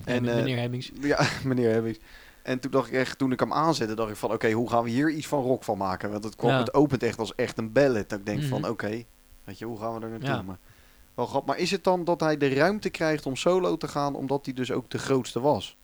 Speaker 1: en,
Speaker 3: eh,
Speaker 1: meneer Hemmings.
Speaker 3: Ja, meneer Hemmings. En toen dacht ik echt, toen ik hem aanzette, dacht ik van oké, hoe gaan we hier iets van rock van maken? Want het kwam,
Speaker 1: Ja.
Speaker 3: het opent echt als echt een ballet. Dat ik denk van
Speaker 1: Mhm.
Speaker 3: oké, weet je, hoe gaan we daar naartoe?
Speaker 1: Ja.
Speaker 3: Maar, wel grappig. Maar is het dan dat hij de ruimte krijgt om solo te gaan, omdat hij dus ook de grootste was?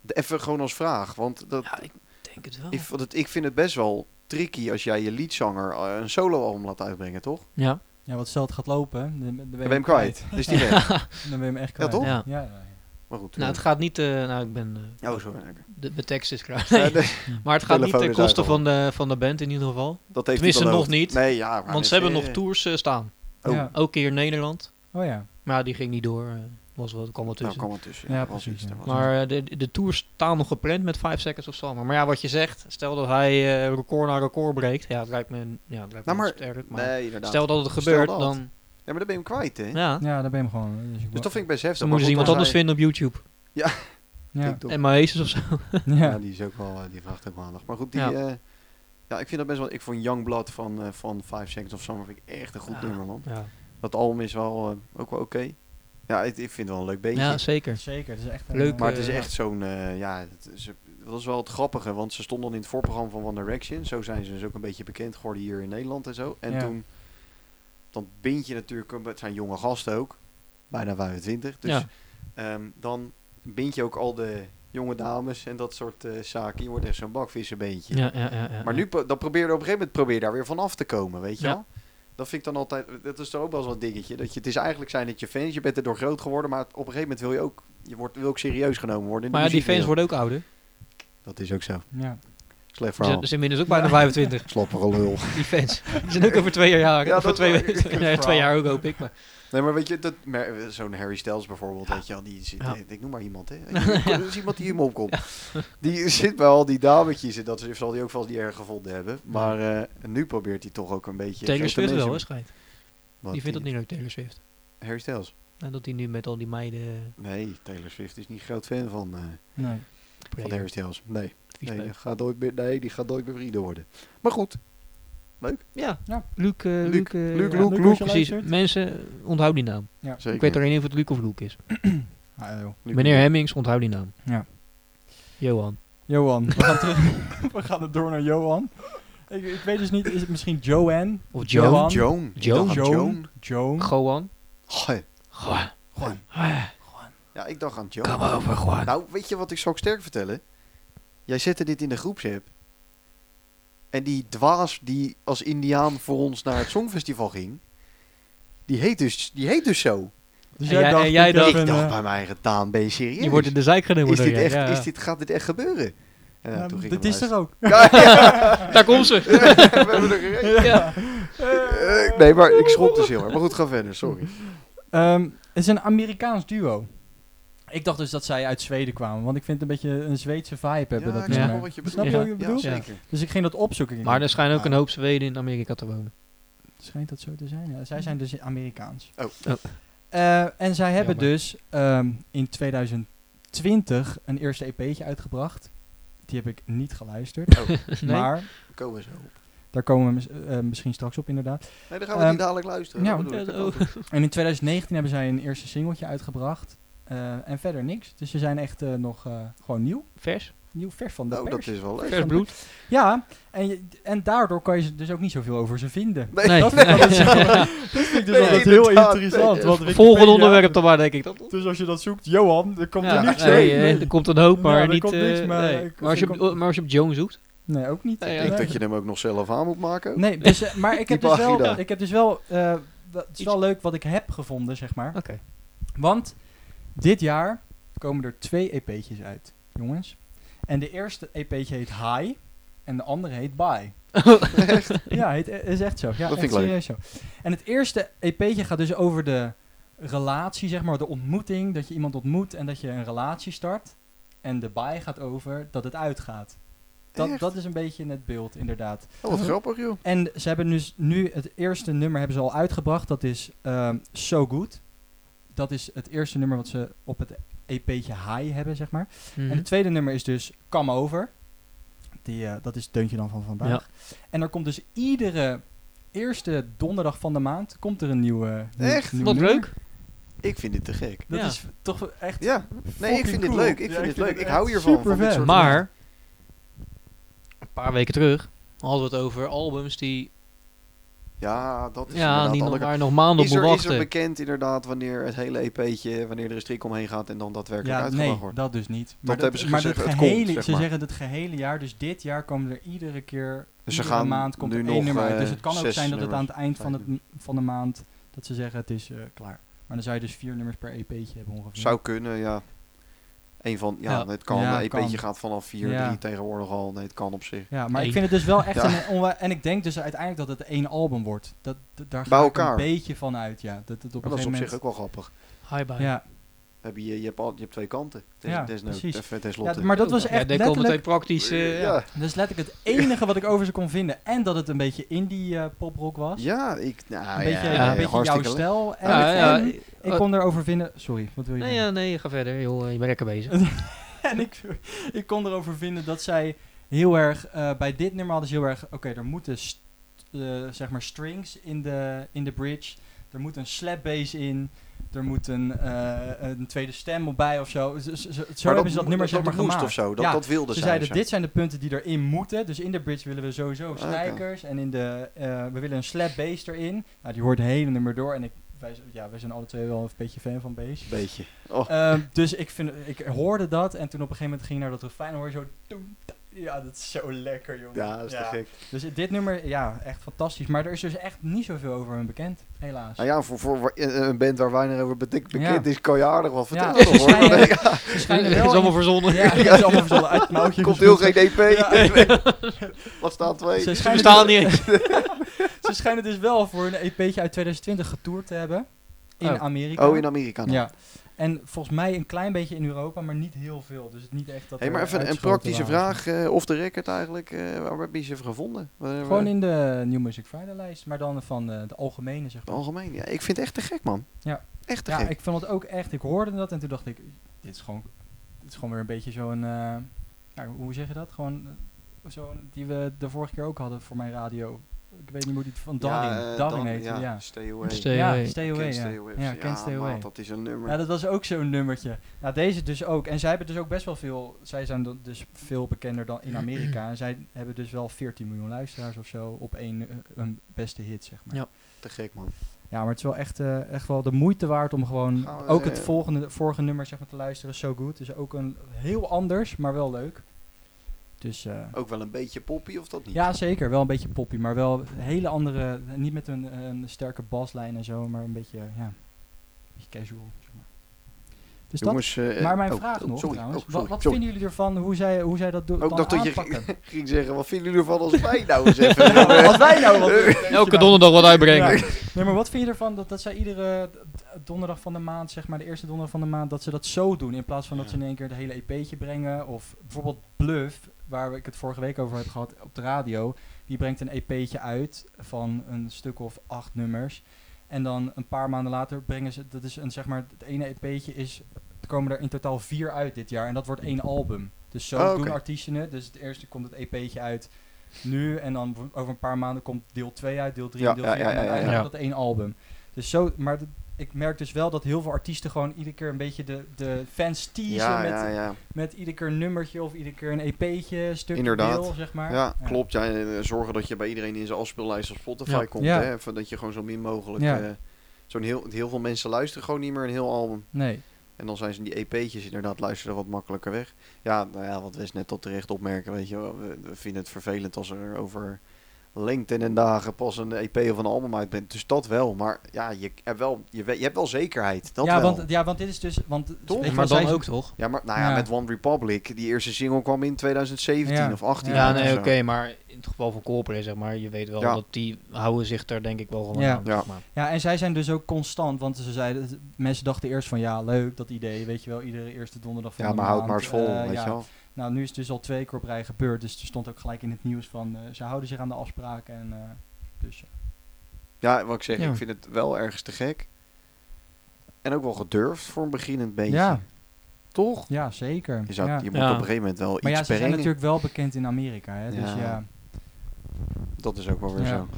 Speaker 3: De- Even gewoon als vraag, want dat,
Speaker 1: Ja, ik denk het wel.
Speaker 3: ik, vond het- ik vind het best wel tricky als jij je leadzanger eh, een solo-album laat uitbrengen, toch?
Speaker 1: Ja,
Speaker 2: Ja, wat stel het gaat lopen, hè, dan, dan ben je
Speaker 3: Dan ben je hem kwijt. Dus die weg.
Speaker 2: Dan ben je hem echt
Speaker 3: Ja,
Speaker 2: kwijt.
Speaker 3: toch?
Speaker 1: Ja.
Speaker 2: Ja, ja, ja.
Speaker 3: Maar goed.
Speaker 1: nou het gaat niet, eh, nou ik ben, eh,
Speaker 3: Oh, sorry. oké.
Speaker 1: de, de tekst is klaar.
Speaker 3: Eh,
Speaker 1: Nee.
Speaker 3: de-
Speaker 1: maar het gaat niet
Speaker 3: telefoon
Speaker 1: ten
Speaker 3: is
Speaker 1: koste
Speaker 3: uit
Speaker 1: van de, van de band in ieder geval.
Speaker 3: dat heeft hij
Speaker 1: Tenminste, nog
Speaker 3: beloofd.
Speaker 1: niet.
Speaker 3: Nee, ja. maar
Speaker 1: Want ze
Speaker 3: dat-
Speaker 1: hebben nog
Speaker 3: eh,
Speaker 1: tours eh, staan.
Speaker 3: Oh.
Speaker 2: Ja.
Speaker 1: Ook hier in Nederland.
Speaker 2: Oh ja.
Speaker 1: Maar ja, die ging niet door. eh, was wat, kwam wat
Speaker 3: Daar
Speaker 1: tussen.
Speaker 3: Nou, kwam het tussen.
Speaker 2: Ja,
Speaker 3: Er was
Speaker 2: precies,
Speaker 3: iets, er
Speaker 2: ja.
Speaker 3: was
Speaker 1: maar eh, de, de tours staan nog gepland met 5 seconds of Summer. Maar ja, wat je zegt, stel dat hij eh, record na record breekt. Ja, het lijkt me, ja, het lijkt me
Speaker 3: Nou, maar-
Speaker 1: sterk. Maar
Speaker 3: Nee, inderdaad.
Speaker 1: stel dat het
Speaker 3: Stel
Speaker 1: gebeurt,
Speaker 3: dat.
Speaker 1: dan...
Speaker 3: Ja, maar dan ben je hem kwijt, hè?
Speaker 1: Ja,
Speaker 2: Ja, daar ben je hem gewoon. Dus, ik
Speaker 3: Dus
Speaker 2: wou-
Speaker 3: dat vind ik best heftig.
Speaker 1: dan moeten ze
Speaker 3: maar
Speaker 1: iemand anders
Speaker 3: goed, als
Speaker 1: vinden op YouTube.
Speaker 3: hij-
Speaker 2: Ja.
Speaker 3: TikTok.
Speaker 1: En Mahesis of zo.
Speaker 2: Ja.
Speaker 3: Ja, die is ook wel, eh, die vraagt ook wel aandacht. Maar goed, die,
Speaker 1: Ja.
Speaker 3: ja. ja, ik vind dat best wel, ik vond Youngblood van, eh, van Five Seconds of Summer vind ik echt een goed
Speaker 1: Ja.
Speaker 3: nummer, man.
Speaker 1: Ja,
Speaker 3: Dat album is wel, eh, ook wel oké. Ja, ik, ik vind het wel een leuk beetje.
Speaker 1: ja zeker.
Speaker 2: Zeker, het is echt
Speaker 1: Leuk,
Speaker 3: maar het is
Speaker 1: eh,
Speaker 3: echt zo'n, eh, ja, het is- dat was wel het grappige, want ze stonden in het voorprogramma van One Direction. Zo zijn ze dus ook een beetje bekend geworden hier in Nederland en zo. En
Speaker 2: Ja.
Speaker 3: toen, dan bind je natuurlijk, het zijn jonge gasten ook, bijna 25. Dus
Speaker 1: Ja.
Speaker 3: Ehm, dan bind je ook al de jonge dames en dat soort eh, zaken. Je wordt echt zo'n bakvissenbeentje.
Speaker 1: Ja, ja, ja, ja,
Speaker 3: Maar
Speaker 1: ja.
Speaker 3: nu pro- dan probeer je op een gegeven moment probeer je daar weer van af te komen, weet je
Speaker 1: Ja.
Speaker 3: wel? Dat vind ik dan altijd, dat is toch ook wel zo'n dingetje. Dat je, het is eigenlijk zijn dat je fans, je bent erdoor groot geworden, maar op een gegeven moment wil je ook, je wordt, wil ook serieus genomen worden. in de
Speaker 1: Maar ja, die fans
Speaker 3: muziekwereld.
Speaker 1: worden ook ouder.
Speaker 3: Dat is ook zo.
Speaker 2: Ja.
Speaker 3: Slecht
Speaker 1: Ze
Speaker 3: verhaal.
Speaker 1: ze zijn inmiddels ook bijna 25,
Speaker 3: Slappere lul.
Speaker 1: die fans. Die zijn ook over twee jaar jaren.
Speaker 3: Ja,
Speaker 1: over
Speaker 3: dat
Speaker 1: twee,
Speaker 3: is wel-
Speaker 1: weken. nee, twee jaar ook, hoop ik. Maar.
Speaker 3: Nee, maar weet je, dat, mer- zo'n Harry Styles bijvoorbeeld, weet je wel, die zit,
Speaker 1: Ja.
Speaker 3: ik, ik noem maar iemand, hè. Er is iemand die hem opkomt. Die zit bij al die dametjes en dat is- zal die ook vast niet erg gevonden hebben. Maar eh, nu probeert hij toch ook een beetje...
Speaker 1: Taylor
Speaker 3: grote
Speaker 1: Swift wel,
Speaker 3: mensen-
Speaker 1: hè, schijnt.
Speaker 3: Wat,
Speaker 1: Die vindt dat niet leuk, Taylor Swift.
Speaker 3: Harry Styles?
Speaker 1: En dat hij nu met al die meiden...
Speaker 3: Nee, Taylor Swift is niet groot fan van, eh,
Speaker 2: Nee.
Speaker 3: van Harry Styles. Nee,
Speaker 1: Vies
Speaker 3: nee,
Speaker 1: leuk.
Speaker 3: die gaat nooit meer, nee, die gaat nooit meer vrienden worden. Maar goed,
Speaker 1: Ja,
Speaker 2: Ja.
Speaker 1: Luc, eh
Speaker 3: Luc,
Speaker 1: Luc, eh,
Speaker 3: Luc,
Speaker 1: ja,
Speaker 3: Luc,
Speaker 1: Luc,
Speaker 2: Luc, als je
Speaker 1: Precies,
Speaker 2: luistert.
Speaker 1: mensen, eh, onthoud die naam.
Speaker 3: zeker.
Speaker 1: Ik weet alleen niet of het Luc of Luc is.
Speaker 2: Ah, joh.
Speaker 3: Nu-
Speaker 1: Meneer Hemmings, onthoud die naam.
Speaker 2: Ja.
Speaker 1: Johan.
Speaker 2: Johan. We gaan, terug- we gaan er door naar Johan. Ik, ik weet dus niet, is het misschien Joanne?
Speaker 1: Of
Speaker 2: Johan.
Speaker 1: Johan.
Speaker 3: Joan. Ik
Speaker 1: Joan.
Speaker 3: dacht aan Joan.
Speaker 2: Joan.
Speaker 1: Gohan.
Speaker 3: Goh.
Speaker 1: Gohan. Ah,
Speaker 3: Goh. Ja, ik dacht aan Joan.
Speaker 1: Kom over, Gohan.
Speaker 3: Nou, weet je wat ik zou sterk vertellen? Jij zette dit in de groepsapp. En die dwaas die als indiaan voor ons naar het Songfestival ging... Die heet dus, die heet dus zo.
Speaker 2: Dus
Speaker 1: En jij- en jij
Speaker 2: ik
Speaker 1: dacht-
Speaker 2: heb
Speaker 3: ik
Speaker 2: een,
Speaker 3: dacht
Speaker 2: eh,
Speaker 3: bij mijn eigen taan, ben je serieus?
Speaker 1: Je wordt in de zijk genomen
Speaker 3: is
Speaker 1: door
Speaker 3: dit
Speaker 1: jou,
Speaker 3: echt,
Speaker 1: dus ja, ja.
Speaker 3: Is dit, gaat dit echt gebeuren? En ja,
Speaker 2: nou,
Speaker 3: toen ging
Speaker 2: dit
Speaker 3: ik
Speaker 2: is er ook.
Speaker 1: Daar komt ze.
Speaker 3: We hebben er gereden.
Speaker 1: ja.
Speaker 3: Eh, Nee, maar ik schrok dus heel erg. Maar goed, ga verder, sorry.
Speaker 2: Ehm, het is een Amerikaans duo. Ik dacht dus dat zij uit Zweden kwamen, want ik vind het een beetje een Zweedse vibe hebben. dat
Speaker 3: ik snap
Speaker 2: nummer.
Speaker 3: wel wat je
Speaker 2: Snap
Speaker 3: bedoelt.
Speaker 2: je
Speaker 1: Ja.
Speaker 2: wat ik bedoel?
Speaker 3: Ja, zeker.
Speaker 2: Dus ik ging dat opzoeken. Ik
Speaker 1: Maar er
Speaker 2: denk,
Speaker 1: schijnen ook een hoop Zweden in Amerika te wonen.
Speaker 2: Schijnt dat zo te zijn? Ja, zij zijn dus Amerikaans.
Speaker 3: Oh.
Speaker 1: Oh.
Speaker 2: Eh, en zij hebben
Speaker 1: Jammer.
Speaker 2: dus ehm, in 2020 een eerste EP'tje uitgebracht. Die heb ik niet geluisterd.
Speaker 3: Oh,
Speaker 1: Nee?
Speaker 2: Maar
Speaker 3: komen we zo op.
Speaker 2: daar komen we mis- eh, misschien straks op inderdaad.
Speaker 3: Nee, dan gaan we
Speaker 2: Ehm,
Speaker 3: niet dadelijk luisteren.
Speaker 2: ja,
Speaker 3: Dat bedoel ik, dat
Speaker 1: oh.
Speaker 3: kan toch?
Speaker 2: En in 2019 hebben zij een eerste singeltje uitgebracht. Eh, en verder niks. Dus ze zijn echt eh, nog eh, gewoon nieuw.
Speaker 1: Vers.
Speaker 2: Nieuw vers van de
Speaker 3: Nou, dat
Speaker 2: pers.
Speaker 3: is wel leuk.
Speaker 1: Vers bloed.
Speaker 2: Ja, en, je- en daardoor kan je ze dus ook niet zoveel over ze vinden.
Speaker 1: Nee.
Speaker 2: Dat vind ik altijd- dat vind ik dus
Speaker 3: Nee,
Speaker 2: altijd heel
Speaker 3: inderdaad.
Speaker 2: interessant.
Speaker 3: Nee,
Speaker 2: want
Speaker 1: Volgende
Speaker 2: Wikipedia-
Speaker 1: onderwerp dan maar, denk ik. Dat
Speaker 2: Dus als je dat zoekt, Johan, er komt
Speaker 1: Ja,
Speaker 2: er niks
Speaker 1: nee,
Speaker 2: heen.
Speaker 1: eh,
Speaker 2: Nee.
Speaker 1: er komt een hoop, maar
Speaker 2: Ja, er
Speaker 1: niet...
Speaker 2: komt niks,
Speaker 1: eh,
Speaker 2: maar
Speaker 1: nee.
Speaker 2: ik-
Speaker 1: maar, als je
Speaker 2: ik
Speaker 1: op,
Speaker 2: kom-
Speaker 1: maar als je op Joan zoekt...
Speaker 2: Nee, ook niet.
Speaker 1: Nee, ja,
Speaker 3: Ik denk
Speaker 2: Nee.
Speaker 3: dat je hem ook nog zelf aan moet maken.
Speaker 2: Nee, dus, eh, maar ik heb
Speaker 3: Die
Speaker 2: dus wel...
Speaker 3: pagina.
Speaker 2: Ik heb dus wel eh, wa- het is wel leuk wat ik heb gevonden, zeg maar.
Speaker 1: Oké.
Speaker 2: Want dit jaar komen er twee EP'tjes uit, jongens. En de eerste EP'tje heet High en de andere heet Bye. ja, het eh, is echt zo. Ja,
Speaker 3: Dat vind
Speaker 2: echt
Speaker 3: ik leuk.
Speaker 2: serieus zo. En het eerste EP'tje gaat dus over de relatie, zeg maar, de ontmoeting. Dat je iemand ontmoet en dat je een relatie start. En de Bye gaat over dat het uitgaat. Dat,
Speaker 3: Echt?
Speaker 2: dat is een beetje het beeld, inderdaad.
Speaker 3: Oh, wat grappig, joh.
Speaker 2: En ze hebben dus nu het eerste nummer hebben ze al uitgebracht. Dat is ehm, So Good. dat is het eerste nummer wat ze op het EP'tje High hebben, zeg maar.
Speaker 1: Mhm.
Speaker 2: En het tweede nummer is dus Come Over. Die, eh, dat is het deuntje dan van vandaag. En er komt dus iedere eerste donderdag van de maand komt er een nieuwe. nieuw-
Speaker 3: Echt?
Speaker 2: nieuw
Speaker 1: Wat
Speaker 2: nummer.
Speaker 1: leuk.
Speaker 3: Ik vind dit te gek.
Speaker 2: Dat
Speaker 1: Ja.
Speaker 2: is toch echt.
Speaker 3: Ja, nee, ik
Speaker 2: Fucking
Speaker 3: vind dit
Speaker 2: cool.
Speaker 3: leuk. Ik
Speaker 2: Ja,
Speaker 3: vind
Speaker 2: ik
Speaker 3: dit
Speaker 2: vind
Speaker 3: leuk.
Speaker 2: het
Speaker 3: Ik
Speaker 2: echt
Speaker 3: hou hiervan. van dit
Speaker 2: supervet.
Speaker 3: soort
Speaker 1: Maar, een paar weken terug hadden we het over albums die
Speaker 3: Ja, dat is
Speaker 1: ja,
Speaker 3: inderdaad
Speaker 1: die nog,
Speaker 3: alle kanten.
Speaker 1: waar nog maanden op
Speaker 3: Is er, is
Speaker 1: mogen
Speaker 3: er
Speaker 1: wachten.
Speaker 3: bekend inderdaad wanneer het hele EP'tje, wanneer er een strik omheen gaat en dan daadwerkelijk
Speaker 2: Ja,
Speaker 3: uitgebracht
Speaker 2: nee,
Speaker 3: wordt?
Speaker 2: dat dus niet.
Speaker 3: Dat hebben ze
Speaker 2: maar
Speaker 3: gezegd,
Speaker 2: dat
Speaker 3: het
Speaker 2: gehele,
Speaker 3: komt, zeg
Speaker 2: ze
Speaker 3: maar.
Speaker 2: zeggen dat het gehele jaar, dus dit jaar komen er iedere keer,
Speaker 3: Dus ze
Speaker 2: iedere
Speaker 3: gaan
Speaker 2: maand komt
Speaker 3: nu
Speaker 2: er één
Speaker 3: nog,
Speaker 2: nummer uit.
Speaker 3: eh,
Speaker 2: Dus het kan ook
Speaker 3: zes
Speaker 2: zijn dat het aan het
Speaker 3: nummers
Speaker 2: eind van, het,
Speaker 3: uitbrengen.
Speaker 2: van de maand, dat ze zeggen het is eh, klaar. Maar dan zou je dus vier nummers per EP'tje hebben ongeveer.
Speaker 3: Zou kunnen, ja. Eén van, ja,
Speaker 1: Ja.
Speaker 3: het kan.
Speaker 2: Ja,
Speaker 3: een EP'tje
Speaker 2: kan.
Speaker 3: gaat vanaf 4,
Speaker 2: Ja.
Speaker 3: 3 tegenwoordig al. Nee, het kan op zich.
Speaker 2: Ja, maar
Speaker 1: Eén.
Speaker 2: ik vind het dus wel echt
Speaker 3: Ja.
Speaker 2: een onwa- En ik denk dus uiteindelijk dat het één album wordt. Dat, dat- daar
Speaker 3: Bij
Speaker 2: ga ik
Speaker 3: elkaar.
Speaker 2: een beetje van uit, ja. Dat, het op
Speaker 3: Maar
Speaker 2: een
Speaker 3: dat is op
Speaker 2: gegeven
Speaker 3: zich
Speaker 2: moment...
Speaker 3: ook wel grappig.
Speaker 1: Hi bye.
Speaker 2: Ja,
Speaker 3: Heb je, je, hebt al, je hebt twee kanten. Des,
Speaker 2: Ja,
Speaker 3: desnoods, eh,
Speaker 2: precies.
Speaker 3: even
Speaker 2: ja,
Speaker 3: tenslotte.
Speaker 2: maar dat was echt
Speaker 1: Oh, ja,
Speaker 2: letterlijk...
Speaker 1: praktisch. eh, ja.
Speaker 3: ja.
Speaker 2: Dat is letterlijk het enige wat ik over ze kon vinden. En dat het een beetje indie eh, poprock was.
Speaker 3: ja, ik... Nou,
Speaker 2: een beetje,
Speaker 3: ja,
Speaker 2: een
Speaker 3: ja,
Speaker 2: beetje jouw
Speaker 3: hartstikke leuk.
Speaker 2: stijl. En,
Speaker 1: Ja, ja,
Speaker 2: en
Speaker 1: eh,
Speaker 2: ik kon erover vinden... Sorry, wat wil je
Speaker 1: Nee,
Speaker 2: zeggen?
Speaker 1: ja, nee, ga verder. Joh, je bent lekker bezig.
Speaker 2: En ik, ik kon erover vinden dat zij heel erg... eh, bij dit nummer hadden ze heel erg... Oké, er moeten st- eh, zeg maar strings in de, in de bridge. Er moet een slap bass in. Er moet een, eh, een tweede stem op bij of zo. Z- z- z- Zo
Speaker 3: Maar
Speaker 2: hebben ze dat
Speaker 3: mo-
Speaker 2: nummer zeg maar
Speaker 3: dat moest
Speaker 2: gemaakt.
Speaker 3: of zo. Dat,
Speaker 2: Ja,
Speaker 3: dat wilde
Speaker 2: Ze
Speaker 3: zij.
Speaker 2: zeiden,
Speaker 3: zo. Ah,
Speaker 2: dit zijn de punten die erin moeten. Dus in de bridge willen we sowieso
Speaker 3: oké.
Speaker 2: strijkers. En in de, eh, we willen een slap bass erin. Nou, die hoort het hele nummer door. En ik, wij, z- ja, wij zijn alle twee wel een beetje fan van bass.
Speaker 3: Beetje. Oh,
Speaker 2: Ehm, dus ik, vind, ik hoorde dat. En toen op een gegeven moment ging ik naar dat refijn. En hoor je zo... toem, ta- Ja, dat is zo lekker, jongen.
Speaker 3: ja, dat is te gek.
Speaker 2: Dus dit nummer, ja, echt fantastisch. Maar er is dus echt niet zoveel over hun bekend, helaas.
Speaker 3: Nou ja, voor, voor wa- eh, een band waar weinig over betek- bekend
Speaker 2: Ja.
Speaker 3: is, kan je aardig wat vertellen.
Speaker 2: Ja, ze
Speaker 3: hoor.
Speaker 2: schijnen-
Speaker 3: Ja,
Speaker 2: Ze schijnen
Speaker 1: is
Speaker 2: wel
Speaker 1: allemaal
Speaker 2: in-
Speaker 1: verzonnen.
Speaker 2: Ja, het is allemaal verzonnen. Uit het mouwtje
Speaker 3: Komt heel geen
Speaker 2: gespoeld.
Speaker 3: EP.
Speaker 2: Ja.
Speaker 3: Wat staat twee?
Speaker 2: Ze
Speaker 1: We
Speaker 2: schijnen
Speaker 1: staan niet eens.
Speaker 2: Ze schijnen dus wel voor een EP'tje uit 2020 getoerd te hebben. In
Speaker 1: Oh.
Speaker 2: Amerika.
Speaker 3: Oh, in Amerika. nog.
Speaker 2: Ja. En volgens mij een klein beetje in Europa, maar niet heel veel. Dus het niet echt dat
Speaker 3: Hey, maar
Speaker 2: er
Speaker 3: even een
Speaker 2: uitgeschoten
Speaker 3: praktische
Speaker 2: waren.
Speaker 3: vraag, eh off the record eigenlijk. eh, waar heb je ze even gevonden? Waar-
Speaker 2: Gewoon
Speaker 3: waar-
Speaker 2: in de New Music Friday lijst, maar dan van eh, de algemene, zeg
Speaker 3: Het
Speaker 2: maar.
Speaker 3: algemeen. Ja, ik vind het echt te gek, man.
Speaker 2: Ja.
Speaker 3: Echt te
Speaker 2: Ja,
Speaker 3: gek.
Speaker 2: ik vond het ook echt. Ik hoorde dat en toen dacht ik, dit is gewoon, dit is gewoon weer een beetje zo'n, eh, nou, hoe zeg je dat? Gewoon eh, zo'n die we de vorige keer ook hadden voor mijn radio. Ik weet niet hoe die van Darin,
Speaker 3: Ja, eh,
Speaker 2: Darin
Speaker 3: Dan-
Speaker 2: heette, ja.
Speaker 3: ja. Stay away.
Speaker 1: Stay-
Speaker 2: Ja,
Speaker 1: away.
Speaker 2: Stay
Speaker 3: Can't
Speaker 2: Away.
Speaker 3: stay
Speaker 2: Ja,
Speaker 3: away.
Speaker 2: ja Can't Stay Away.
Speaker 3: maat, dat is een nummer.
Speaker 2: Ja, dat was ook zo'n nummertje. Nou, deze dus ook. En zij hebben dus ook best wel veel. Zij zijn dan dus veel bekender dan in Amerika. En zij hebben dus wel 14 miljoen luisteraars of zo op één eh, een beste hit, zeg maar.
Speaker 1: Ja.
Speaker 2: Ja,
Speaker 3: Te gek, man.
Speaker 2: maar het is wel echt, eh, echt wel de moeite waard om gewoon
Speaker 3: Gaan we,
Speaker 2: ook het
Speaker 3: eh,
Speaker 2: volgende, vorige nummer zeg maar, te luisteren. So Good. Dus ook een heel anders, maar wel leuk. Dus eh,
Speaker 3: Ook wel een beetje poppy, of dat niet?
Speaker 2: ja, zeker. Wel een beetje poppy, maar wel een hele andere. Niet met een, een sterke baslijn en zo, maar een beetje, ja, een beetje casual. Zeg maar. Dus dat
Speaker 3: Jongens, eh,
Speaker 2: maar mijn
Speaker 3: oh,
Speaker 2: vraag
Speaker 3: oh,
Speaker 2: nog
Speaker 3: sorry,
Speaker 2: trouwens.
Speaker 3: oh,
Speaker 2: Wa-
Speaker 3: sorry,
Speaker 2: wat
Speaker 3: sorry.
Speaker 2: vinden jullie ervan hoe zij, hoe zij dat doen?
Speaker 3: Ook dacht dat je
Speaker 2: aanpakken?
Speaker 3: ging zeggen, wat vinden jullie ervan als wij nou eens even...
Speaker 2: Ja, Als wij nou wat
Speaker 1: Elke donderdag wat uitbrengen.
Speaker 2: Ja. Nee, maar wat vind je ervan dat, dat zij iedere d- donderdag van de maand, zeg maar de eerste donderdag van de maand, dat ze dat zo doen? In plaats van dat
Speaker 3: Ja.
Speaker 2: ze in één keer het hele EP'tje brengen. Of bijvoorbeeld Bluff, waar ik het vorige week over heb gehad op de radio. Die brengt een EP'tje uit van een stuk of acht nummers. En dan een paar maanden later brengen ze, dat is een zeg maar, het ene EP'tje is, er komen er in totaal vier uit dit jaar. En dat wordt één album. Dus zo
Speaker 3: Oh, oké.
Speaker 2: doen artiesten het. Dus het eerste komt het EP'tje uit nu. En dan bijvo- over een paar maanden komt deel 2 uit, deel 3
Speaker 3: Ja,
Speaker 2: en deel
Speaker 3: ja,
Speaker 2: 4.
Speaker 3: ja,
Speaker 2: en dan
Speaker 3: ja, ja,
Speaker 2: eigenlijk
Speaker 1: ja.
Speaker 2: dat één album. Dus zo, maar dat- ik merk dus wel dat heel veel artiesten gewoon iedere keer een beetje de, de fans teasen
Speaker 3: Ja,
Speaker 2: met,
Speaker 3: ja, ja.
Speaker 2: met iedere keer een nummertje of iedere keer een EP'tje, stukje
Speaker 3: Inderdaad.
Speaker 2: deel, zeg maar.
Speaker 3: Ja, klopt. Ja, en, eh, zorgen dat je bij iedereen in zijn afspeellijst op Spotify
Speaker 1: Ja.
Speaker 3: komt.
Speaker 2: Ja.
Speaker 3: Hè? Even Dat je gewoon zo min mogelijk...
Speaker 2: Ja.
Speaker 3: eh, zo'n heel, heel veel mensen luisteren gewoon niet meer een heel album.
Speaker 2: Nee,
Speaker 3: En dan zijn ze die EP'tjes inderdaad luisteren wat makkelijker weg. Ja, nou ja, wat Wes net al terecht opmerken, weet je wel. We, we vinden het vervelend als er over lengte en dagen pas een EP of een album uit bent. Dus dat wel. Maar ja, je hebt wel, je, we- je hebt wel zekerheid. Dat
Speaker 2: ja,
Speaker 3: wel.
Speaker 2: want, ja, want dit is dus... Want,
Speaker 3: Toch?
Speaker 2: weet je
Speaker 1: Maar
Speaker 2: wel,
Speaker 1: dan
Speaker 2: zij-
Speaker 1: ook toch?
Speaker 3: Ja, maar nou ja,
Speaker 2: Ja.
Speaker 3: met One Republic, die eerste single kwam in 2017
Speaker 2: Ja.
Speaker 3: of 18.
Speaker 2: Ja,
Speaker 1: Ja,
Speaker 3: of
Speaker 1: nee,
Speaker 3: zo.
Speaker 1: oké, maar in het geval van Corporate, zeg maar, je weet wel
Speaker 3: Ja.
Speaker 1: dat die houden zich daar denk ik wel gewoon
Speaker 2: Ja.
Speaker 1: aan.
Speaker 3: Ja.
Speaker 1: zeg maar.
Speaker 2: Ja, en zij zijn dus ook constant, want ze zeiden, mensen dachten eerst van ja, leuk, dat idee, weet je wel, iedere eerste donderdag van
Speaker 3: Ja,
Speaker 2: de
Speaker 3: maar houd maar
Speaker 2: maand,
Speaker 3: eens vol,
Speaker 2: eh,
Speaker 3: weet
Speaker 2: ja.
Speaker 3: je wel.
Speaker 2: Nou, nu is het dus al twee keer op rij gebeurd, dus er stond ook gelijk in het nieuws van eh, ze houden zich aan de afspraken en eh, dus...
Speaker 3: Ja, wat ik zeg,
Speaker 1: Ja.
Speaker 3: ik vind het wel ergens te gek. En ook wel gedurfd voor een beginnend beetje.
Speaker 2: Ja,
Speaker 3: Toch?
Speaker 2: ja, zeker.
Speaker 3: Je, zou,
Speaker 2: ja.
Speaker 3: je moet
Speaker 1: Ja.
Speaker 3: op een gegeven moment wel
Speaker 2: Maar ja,
Speaker 3: iets
Speaker 2: ze zijn
Speaker 3: brengen.
Speaker 2: natuurlijk wel bekend in Amerika. Hè? Dus
Speaker 3: Ja.
Speaker 2: ja.
Speaker 3: Dat is ook wel weer
Speaker 2: Ja.
Speaker 3: zo.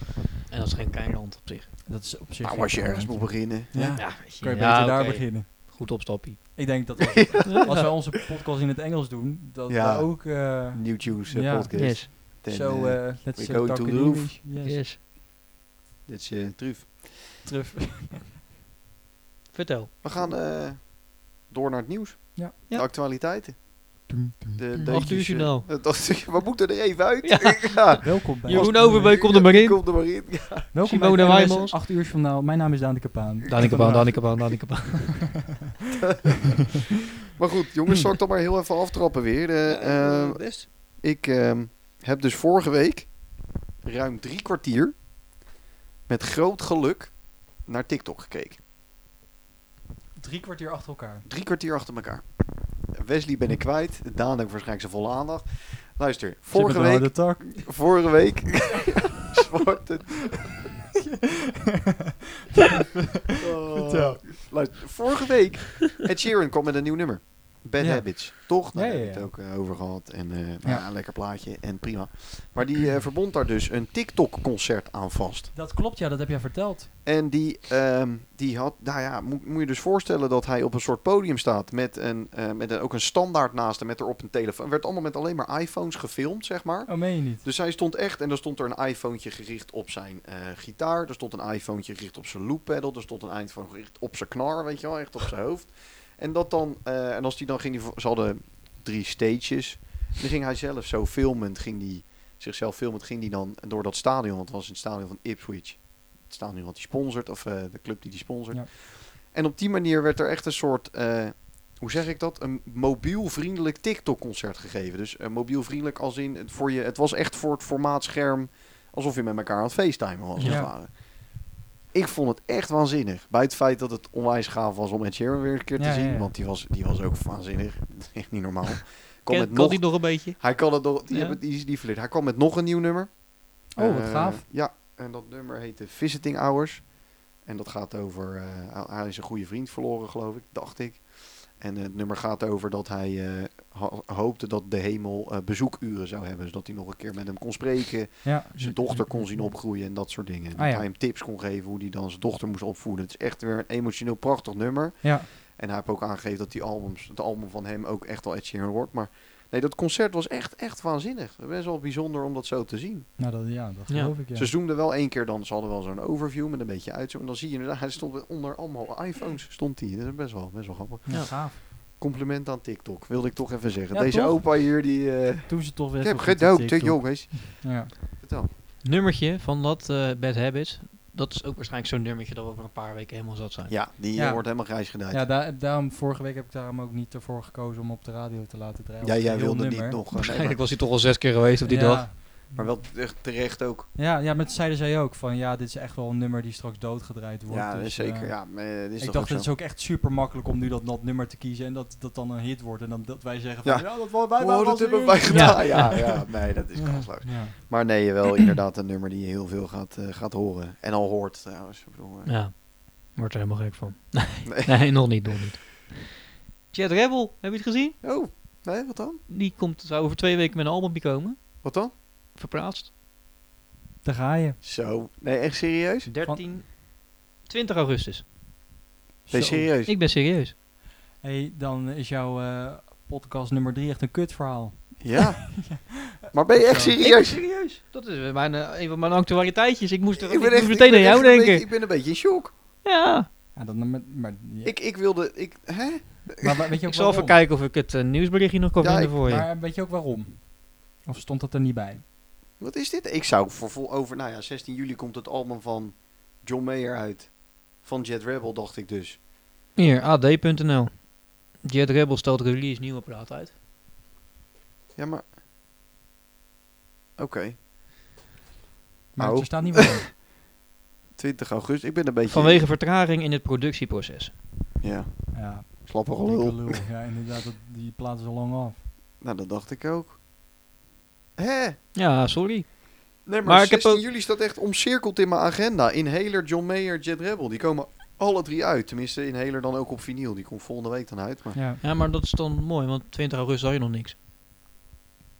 Speaker 1: En dat is geen kleine hand op zich.
Speaker 2: dat is op zich...
Speaker 3: Nou, als je
Speaker 2: wel
Speaker 3: ergens
Speaker 2: een-
Speaker 3: moet beginnen.
Speaker 2: Ja.
Speaker 3: Ja.
Speaker 1: Ja, weet je,
Speaker 2: Kun je
Speaker 1: ja,
Speaker 2: beter daar
Speaker 1: oké.
Speaker 2: beginnen.
Speaker 1: Goed opstappie.
Speaker 2: Ik denk dat als, als wij onze podcast in het Engels doen, dat
Speaker 3: Ja.
Speaker 2: we ook... eh,
Speaker 3: New Juice eh,
Speaker 2: Ja.
Speaker 3: podcast.
Speaker 1: Yes,
Speaker 3: Then,
Speaker 2: zo,
Speaker 3: eh,
Speaker 2: eh, let's
Speaker 3: we
Speaker 2: say
Speaker 3: go
Speaker 2: talk
Speaker 3: to
Speaker 2: in
Speaker 3: the roof.
Speaker 2: English. Yes.
Speaker 1: yes.
Speaker 3: dit is eh truuf.
Speaker 2: Terug.
Speaker 1: Vertel.
Speaker 3: We gaan eh, door naar het nieuws.
Speaker 2: Ja.
Speaker 1: Ja.
Speaker 3: De actualiteiten. De, de
Speaker 1: Acht uur journaal.
Speaker 3: We moeten er even uit.
Speaker 1: Ja.
Speaker 3: Ja.
Speaker 2: Welkom bij...
Speaker 1: Jeroen Overbeek, kom er maar in.
Speaker 3: Kom er maar in. Ja.
Speaker 2: Welkom
Speaker 1: Simone
Speaker 2: bij het
Speaker 1: Wijmels.
Speaker 2: 8 uur journaal. Mijn naam is Daan de Kapaan.
Speaker 1: Danikebaan, Danikebaan, Danikebaan.
Speaker 3: Maar goed, jongens, zal ik dan maar heel even aftrappen weer. Eh, eh,
Speaker 1: Best.
Speaker 3: ik ehm, heb dus vorige week ruim drie kwartier met groot geluk naar TikTok gekeken.
Speaker 2: Drie kwartier achter elkaar.
Speaker 3: Drie kwartier achter elkaar. Wesley ben ik kwijt. Daan heeft waarschijnlijk zijn volle aandacht. Luister, vorige week,
Speaker 2: De tak.
Speaker 3: vorige week zwarte
Speaker 2: Vertel.
Speaker 3: Luister, Oh. vorige week, Ed Sheeran kwam met een nieuw nummer. Bad
Speaker 2: Ja.
Speaker 3: Habits, toch? Daar
Speaker 2: Ja, ja,
Speaker 3: hebben we
Speaker 2: ja.
Speaker 3: het ook eh, over gehad. En eh, nou
Speaker 2: Ja.
Speaker 3: ja, een lekker plaatje en prima. Maar die eh, verbond daar dus een TikTok-concert aan vast.
Speaker 2: Dat klopt, ja, dat heb jij verteld.
Speaker 3: En die, ehm, die had, nou ja, moet, moet je dus voorstellen dat hij op een soort podium staat met, een, eh, met een- ook een standaard naast hem, met erop een telefoon. Werd allemaal met alleen maar iPhones gefilmd, zeg maar.
Speaker 2: Oh, meen je niet?
Speaker 3: Dus hij stond echt, en er stond er een iPhone-tje gericht op zijn eh, gitaar. Er stond een iPhone-tje gericht op zijn loop pedal. Er stond een iPhone gericht op zijn knar, weet je wel, echt op zijn hoofd. En dat dan, eh, en als die dan ging, die, voor- ze hadden drie stages. Dan ging hij zelf zo filmend, ging die, zichzelf filmend, ging die dan door dat stadion. Want het was het stadion van Ipswich. Het stadion wat hij sponsort, of eh, de club die die sponsort.
Speaker 2: Ja.
Speaker 3: En op die manier werd er echt een soort, eh, hoe zeg ik dat? Een mobiel vriendelijk TikTok-concert gegeven. Dus eh, mobiel vriendelijk als in, het, voor je, het was echt voor het formaat scherm alsof je met elkaar aan het facetimen was. als
Speaker 2: Ja.
Speaker 3: het ware. Ik vond het echt waanzinnig. Bij het feit dat het onwijs gaaf was om Ed Sheeran weer een keer te
Speaker 2: Ja, ja,
Speaker 3: zien.
Speaker 2: ja.
Speaker 3: Want die was, die was ook waanzinnig. Dat is Echt niet normaal. Kwam
Speaker 1: Kan,
Speaker 3: met
Speaker 1: kan
Speaker 3: nog,
Speaker 1: die nog een beetje?
Speaker 3: hij kan het nog, die,
Speaker 1: Ja.
Speaker 3: hebben- die is niet verleerd. Hij kwam met nog een nieuw nummer.
Speaker 2: Oh, wat
Speaker 3: Eh,
Speaker 2: gaaf.
Speaker 3: Ja, en dat nummer heette Visiting Hours. En dat gaat over, eh, hij is een goede vriend verloren geloof ik, dacht ik. En het nummer gaat over dat hij eh, ho- hoopte dat de hemel eh, bezoekuren zou hebben. Zodat hij nog een keer met hem kon spreken.
Speaker 2: Ja.
Speaker 3: Zijn dochter kon zien opgroeien en dat soort dingen. dat
Speaker 2: Ah, ja.
Speaker 3: hij hem tips kon geven hoe hij dan zijn dochter moest opvoeden. Het is echt weer een emotioneel prachtig nummer.
Speaker 2: Ja.
Speaker 3: En hij heeft ook aangegeven dat die albums, het album van hem ook echt wel Ed Sheeran wordt. Maar nee, dat concert was echt, echt waanzinnig. Best wel bijzonder om dat zo te zien.
Speaker 2: Nou, dat, ja, dat
Speaker 1: Ja.
Speaker 2: geloof ik, ja.
Speaker 3: Ze zoomden wel één keer dan, ze hadden wel zo'n overview met een beetje uitzoom. En dan zie je inderdaad, hij stond onder allemaal iPhones, stond hij. Dat is best wel, best wel grappig.
Speaker 2: Ja, gaaf.
Speaker 3: Compliment aan TikTok, wilde ik toch even zeggen.
Speaker 2: Ja,
Speaker 3: Deze
Speaker 2: toch?
Speaker 3: opa hier, die... eh
Speaker 2: Toen ze toch weer...
Speaker 3: ik
Speaker 2: zo
Speaker 3: heb
Speaker 2: goed op
Speaker 3: gedoopt, hè,
Speaker 2: TikTok.
Speaker 3: jongens.
Speaker 2: Ja.
Speaker 3: Vertel.
Speaker 1: Nummertje van dat eh, Bad Habits. Dat is ook waarschijnlijk zo'n nummertje dat we over een paar weken helemaal zat zijn.
Speaker 3: Ja, die eh,
Speaker 2: Ja.
Speaker 3: wordt helemaal grijs gedaan.
Speaker 2: Ja, daar, daarom, vorige week heb ik daarom ook niet ervoor gekozen om op de radio te laten draaien.
Speaker 3: Ja,
Speaker 2: Want
Speaker 3: jij
Speaker 2: heel
Speaker 3: wilde
Speaker 2: nummer.
Speaker 3: niet nog. eh,
Speaker 1: Waarschijnlijk
Speaker 3: nee,
Speaker 1: was hij toch al zes keer geweest op die
Speaker 2: ja.
Speaker 1: dag.
Speaker 3: maar, maar wel echt terecht ook.
Speaker 2: Ja, ja, maar dat zeiden zij ook van ja, dit is echt wel een nummer die straks doodgedraaid wordt.
Speaker 3: Ja, dat
Speaker 2: dus,
Speaker 3: is zeker.
Speaker 2: eh,
Speaker 3: ja, maar, eh, dit is
Speaker 2: ik
Speaker 3: toch
Speaker 2: dacht,
Speaker 3: ook
Speaker 2: het is
Speaker 3: zo.
Speaker 2: ook echt super makkelijk om nu dat, dat nummer te kiezen en dat dat dan een hit wordt. En dan dat wij zeggen van
Speaker 3: Ja.
Speaker 2: ja, dat waren wij,
Speaker 3: Oh,
Speaker 2: waren
Speaker 3: dat
Speaker 2: onze
Speaker 3: hebben wij
Speaker 2: jongens.
Speaker 3: gedaan. Ja, ja, nee, dat is
Speaker 2: Ja.
Speaker 3: kansloos.
Speaker 2: Ja.
Speaker 3: Maar nee, wel inderdaad een nummer die je heel veel gaat, eh, gaat horen. En al hoort trouwens. Ik bedoel, eh,
Speaker 1: Ja. Wordt er helemaal gek van.
Speaker 3: Nee.
Speaker 1: Nee, nee nog niet, nog niet. Chad Rebel, heb je het gezien?
Speaker 3: Oh, nee, wat dan?
Speaker 1: Die komt, zou over twee weken met een album komen.
Speaker 3: Wat dan?
Speaker 1: Verplaatst.
Speaker 2: Daar ga je.
Speaker 3: Zo. Nee, echt serieus?
Speaker 1: 13, 20 augustus.
Speaker 3: Nee,
Speaker 2: Zo.
Speaker 3: serieus.
Speaker 1: Ik ben serieus.
Speaker 2: Hey, dan is jouw eh, podcast nummer drie echt een kutverhaal.
Speaker 3: Ja. Maar ben je echt
Speaker 2: Zo.
Speaker 1: Ik ben
Speaker 3: serieus?
Speaker 1: serieus. Dat is mijn, eh, een van mijn actualiteitjes. Ik moest, er, ik moest
Speaker 3: echt-
Speaker 1: meteen aan
Speaker 3: echt
Speaker 1: jou
Speaker 3: een beetje-
Speaker 1: denken.
Speaker 3: ik ben een beetje in shock.
Speaker 1: ja.
Speaker 2: Ja, dat nummer, maar, ja.
Speaker 3: Ik, ik wilde... Ik, hè?
Speaker 2: maar, wa- weet je ook
Speaker 1: Ik zal even
Speaker 2: waarom?
Speaker 1: kijken of ik het eh, nieuwsberichtje nog kan
Speaker 3: Ja,
Speaker 1: vinden
Speaker 3: ik-
Speaker 1: voor je.
Speaker 2: Maar weet je ook waarom? Of stond dat er niet bij?
Speaker 3: Wat is dit? Ik zou voor vol over... Nou ja, 16 juli komt het album van John Mayer uit. Van Jet Rebel, dacht ik dus.
Speaker 1: Hier, ad.nl. Jet Rebel stelt release nieuwe plaat uit.
Speaker 3: Ja, maar... Oké.
Speaker 2: Maar
Speaker 3: Oh.
Speaker 2: er staat niet waarom.
Speaker 3: 20 augustus. Ik ben een beetje...
Speaker 1: Vanwege vertraging in het productieproces.
Speaker 3: Ja.
Speaker 2: Ja,
Speaker 3: Slappe
Speaker 2: dikke
Speaker 3: gelul.
Speaker 2: lul. Ja, inderdaad, dat, die plaat is al lang af.
Speaker 3: Nou, dat dacht ik ook. Hè?
Speaker 1: Ja, sorry.
Speaker 3: Nee, maar,
Speaker 1: Maar ik heb
Speaker 3: 16
Speaker 1: ook-
Speaker 3: juli staat echt omcirkeld in mijn agenda. Inhaler, John Mayer, Jet Rebel. Die komen alle drie uit. Tenminste, Inhaler dan ook op vinyl. Die komt volgende week dan uit. Maar
Speaker 2: Ja.
Speaker 1: Ja, maar dat is dan mooi, want 20 augustus had je nog niks.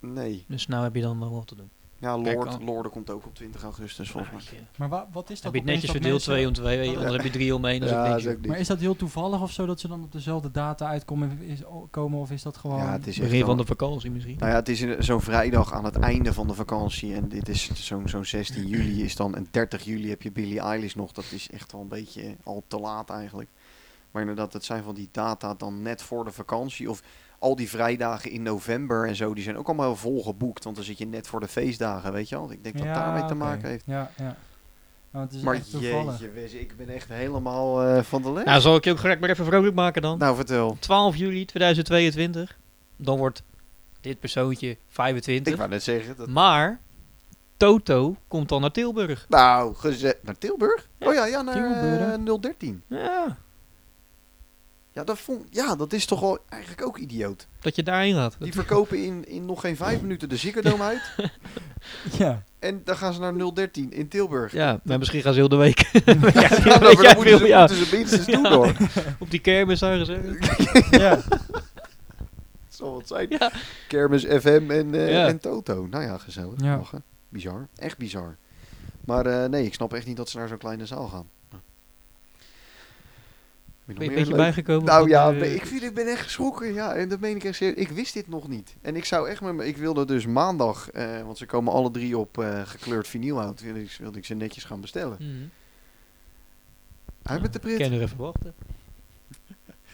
Speaker 3: nee.
Speaker 1: Dus nou heb je dan wel wat te doen.
Speaker 3: Ja,
Speaker 1: Kijk
Speaker 3: Lord,
Speaker 1: al.
Speaker 3: Lord komt ook op 20 augustus volgens mij.
Speaker 1: Weet je.
Speaker 2: Maar wa- wat is
Speaker 1: heb
Speaker 2: dat?
Speaker 1: je het
Speaker 2: opeens
Speaker 1: netjes
Speaker 2: dat
Speaker 1: verdeeld,
Speaker 2: mensen-
Speaker 1: twee om twee,
Speaker 2: Ja.
Speaker 1: anders heb je drie om één. Dat is ook
Speaker 3: Ja,
Speaker 1: niks.
Speaker 3: dat is ook
Speaker 2: Maar
Speaker 3: niet.
Speaker 2: is dat heel toevallig of zo dat ze dan op dezelfde data uitkomen is, komen, of is dat gewoon...
Speaker 3: Ja, het is echt
Speaker 1: Begin van
Speaker 3: wel-
Speaker 1: de vakantie misschien.
Speaker 3: Nou ja, het is in- zo'n vrijdag aan het einde van de vakantie. En dit is zo'n zo'n 16 juli is dan. En 30 juli heb je Billie Eilish nog. Dat is echt wel een beetje al te laat eigenlijk. Maar inderdaad, dat zijn van die data dan net voor de vakantie. Of al die vrijdagen in november en zo. Die zijn ook allemaal vol geboekt. Want dan zit je net voor de feestdagen, weet je wel. Ik denk dat
Speaker 2: Ja,
Speaker 3: daarmee
Speaker 2: oké.
Speaker 3: te maken heeft.
Speaker 2: Ja, ja. Nou, het is
Speaker 3: Maar
Speaker 2: echt toevallig.
Speaker 3: jeetje, Wes, ik ben echt helemaal eh, van de les.
Speaker 1: Nou, zal ik je ook gelijk maar even vrolijk maken dan.
Speaker 3: nou, vertel.
Speaker 1: 12 juli 2022. Dan wordt dit persoontje
Speaker 3: Ik
Speaker 1: 25.
Speaker 3: wou net zeggen. Dat...
Speaker 1: Maar Toto komt dan naar Tilburg.
Speaker 3: Nou, gezet naar Tilburg? Oh ja, ja naar eh,
Speaker 2: Tilburg.
Speaker 3: 013.
Speaker 1: Ja,
Speaker 3: Ja dat, vond, ja, dat is toch wel eigenlijk ook idioot.
Speaker 1: dat je daarheen gaat.
Speaker 3: Die verkopen in, in nog geen vijf minuten de Ziggo Dome uit.
Speaker 2: Ja.
Speaker 3: En dan gaan ze naar 013 in Tilburg.
Speaker 1: Ja, maar misschien gaan ze heel de week.
Speaker 3: Ja,
Speaker 1: weet
Speaker 3: maar
Speaker 1: jij
Speaker 3: dan moeten ze,
Speaker 1: veel, ja.
Speaker 3: moeten ze minstens doen
Speaker 1: Ja.
Speaker 3: hoor.
Speaker 1: Op die kermis zouden ze
Speaker 2: ja.
Speaker 3: Dat zal wat zijn.
Speaker 1: Ja.
Speaker 3: Kermis FM en, eh,
Speaker 1: Ja.
Speaker 3: en Toto. Nou ja, gezellig.
Speaker 2: Ja.
Speaker 3: Lachen. Bizar. Echt bizar. Maar eh, nee, ik snap echt niet dat ze naar zo'n kleine zaal gaan. Heb je nog
Speaker 1: Ben je
Speaker 3: meer
Speaker 1: een beetje
Speaker 3: leuk-
Speaker 1: bijgekomen?
Speaker 3: Nou ja,
Speaker 1: Eh,
Speaker 3: nee, ik, vind, ik ben echt geschrokken. Ja, en dat meen ik echt serieus. Ik wist dit nog niet. En ik zou echt met me- Ik wilde dus maandag, eh, want ze komen alle drie op eh, gekleurd vinyl uit. Wilde ik, wilde ik ze netjes gaan bestellen.
Speaker 1: mhm.
Speaker 3: Hij met de
Speaker 1: Ik
Speaker 3: print.
Speaker 1: kan er even wachten.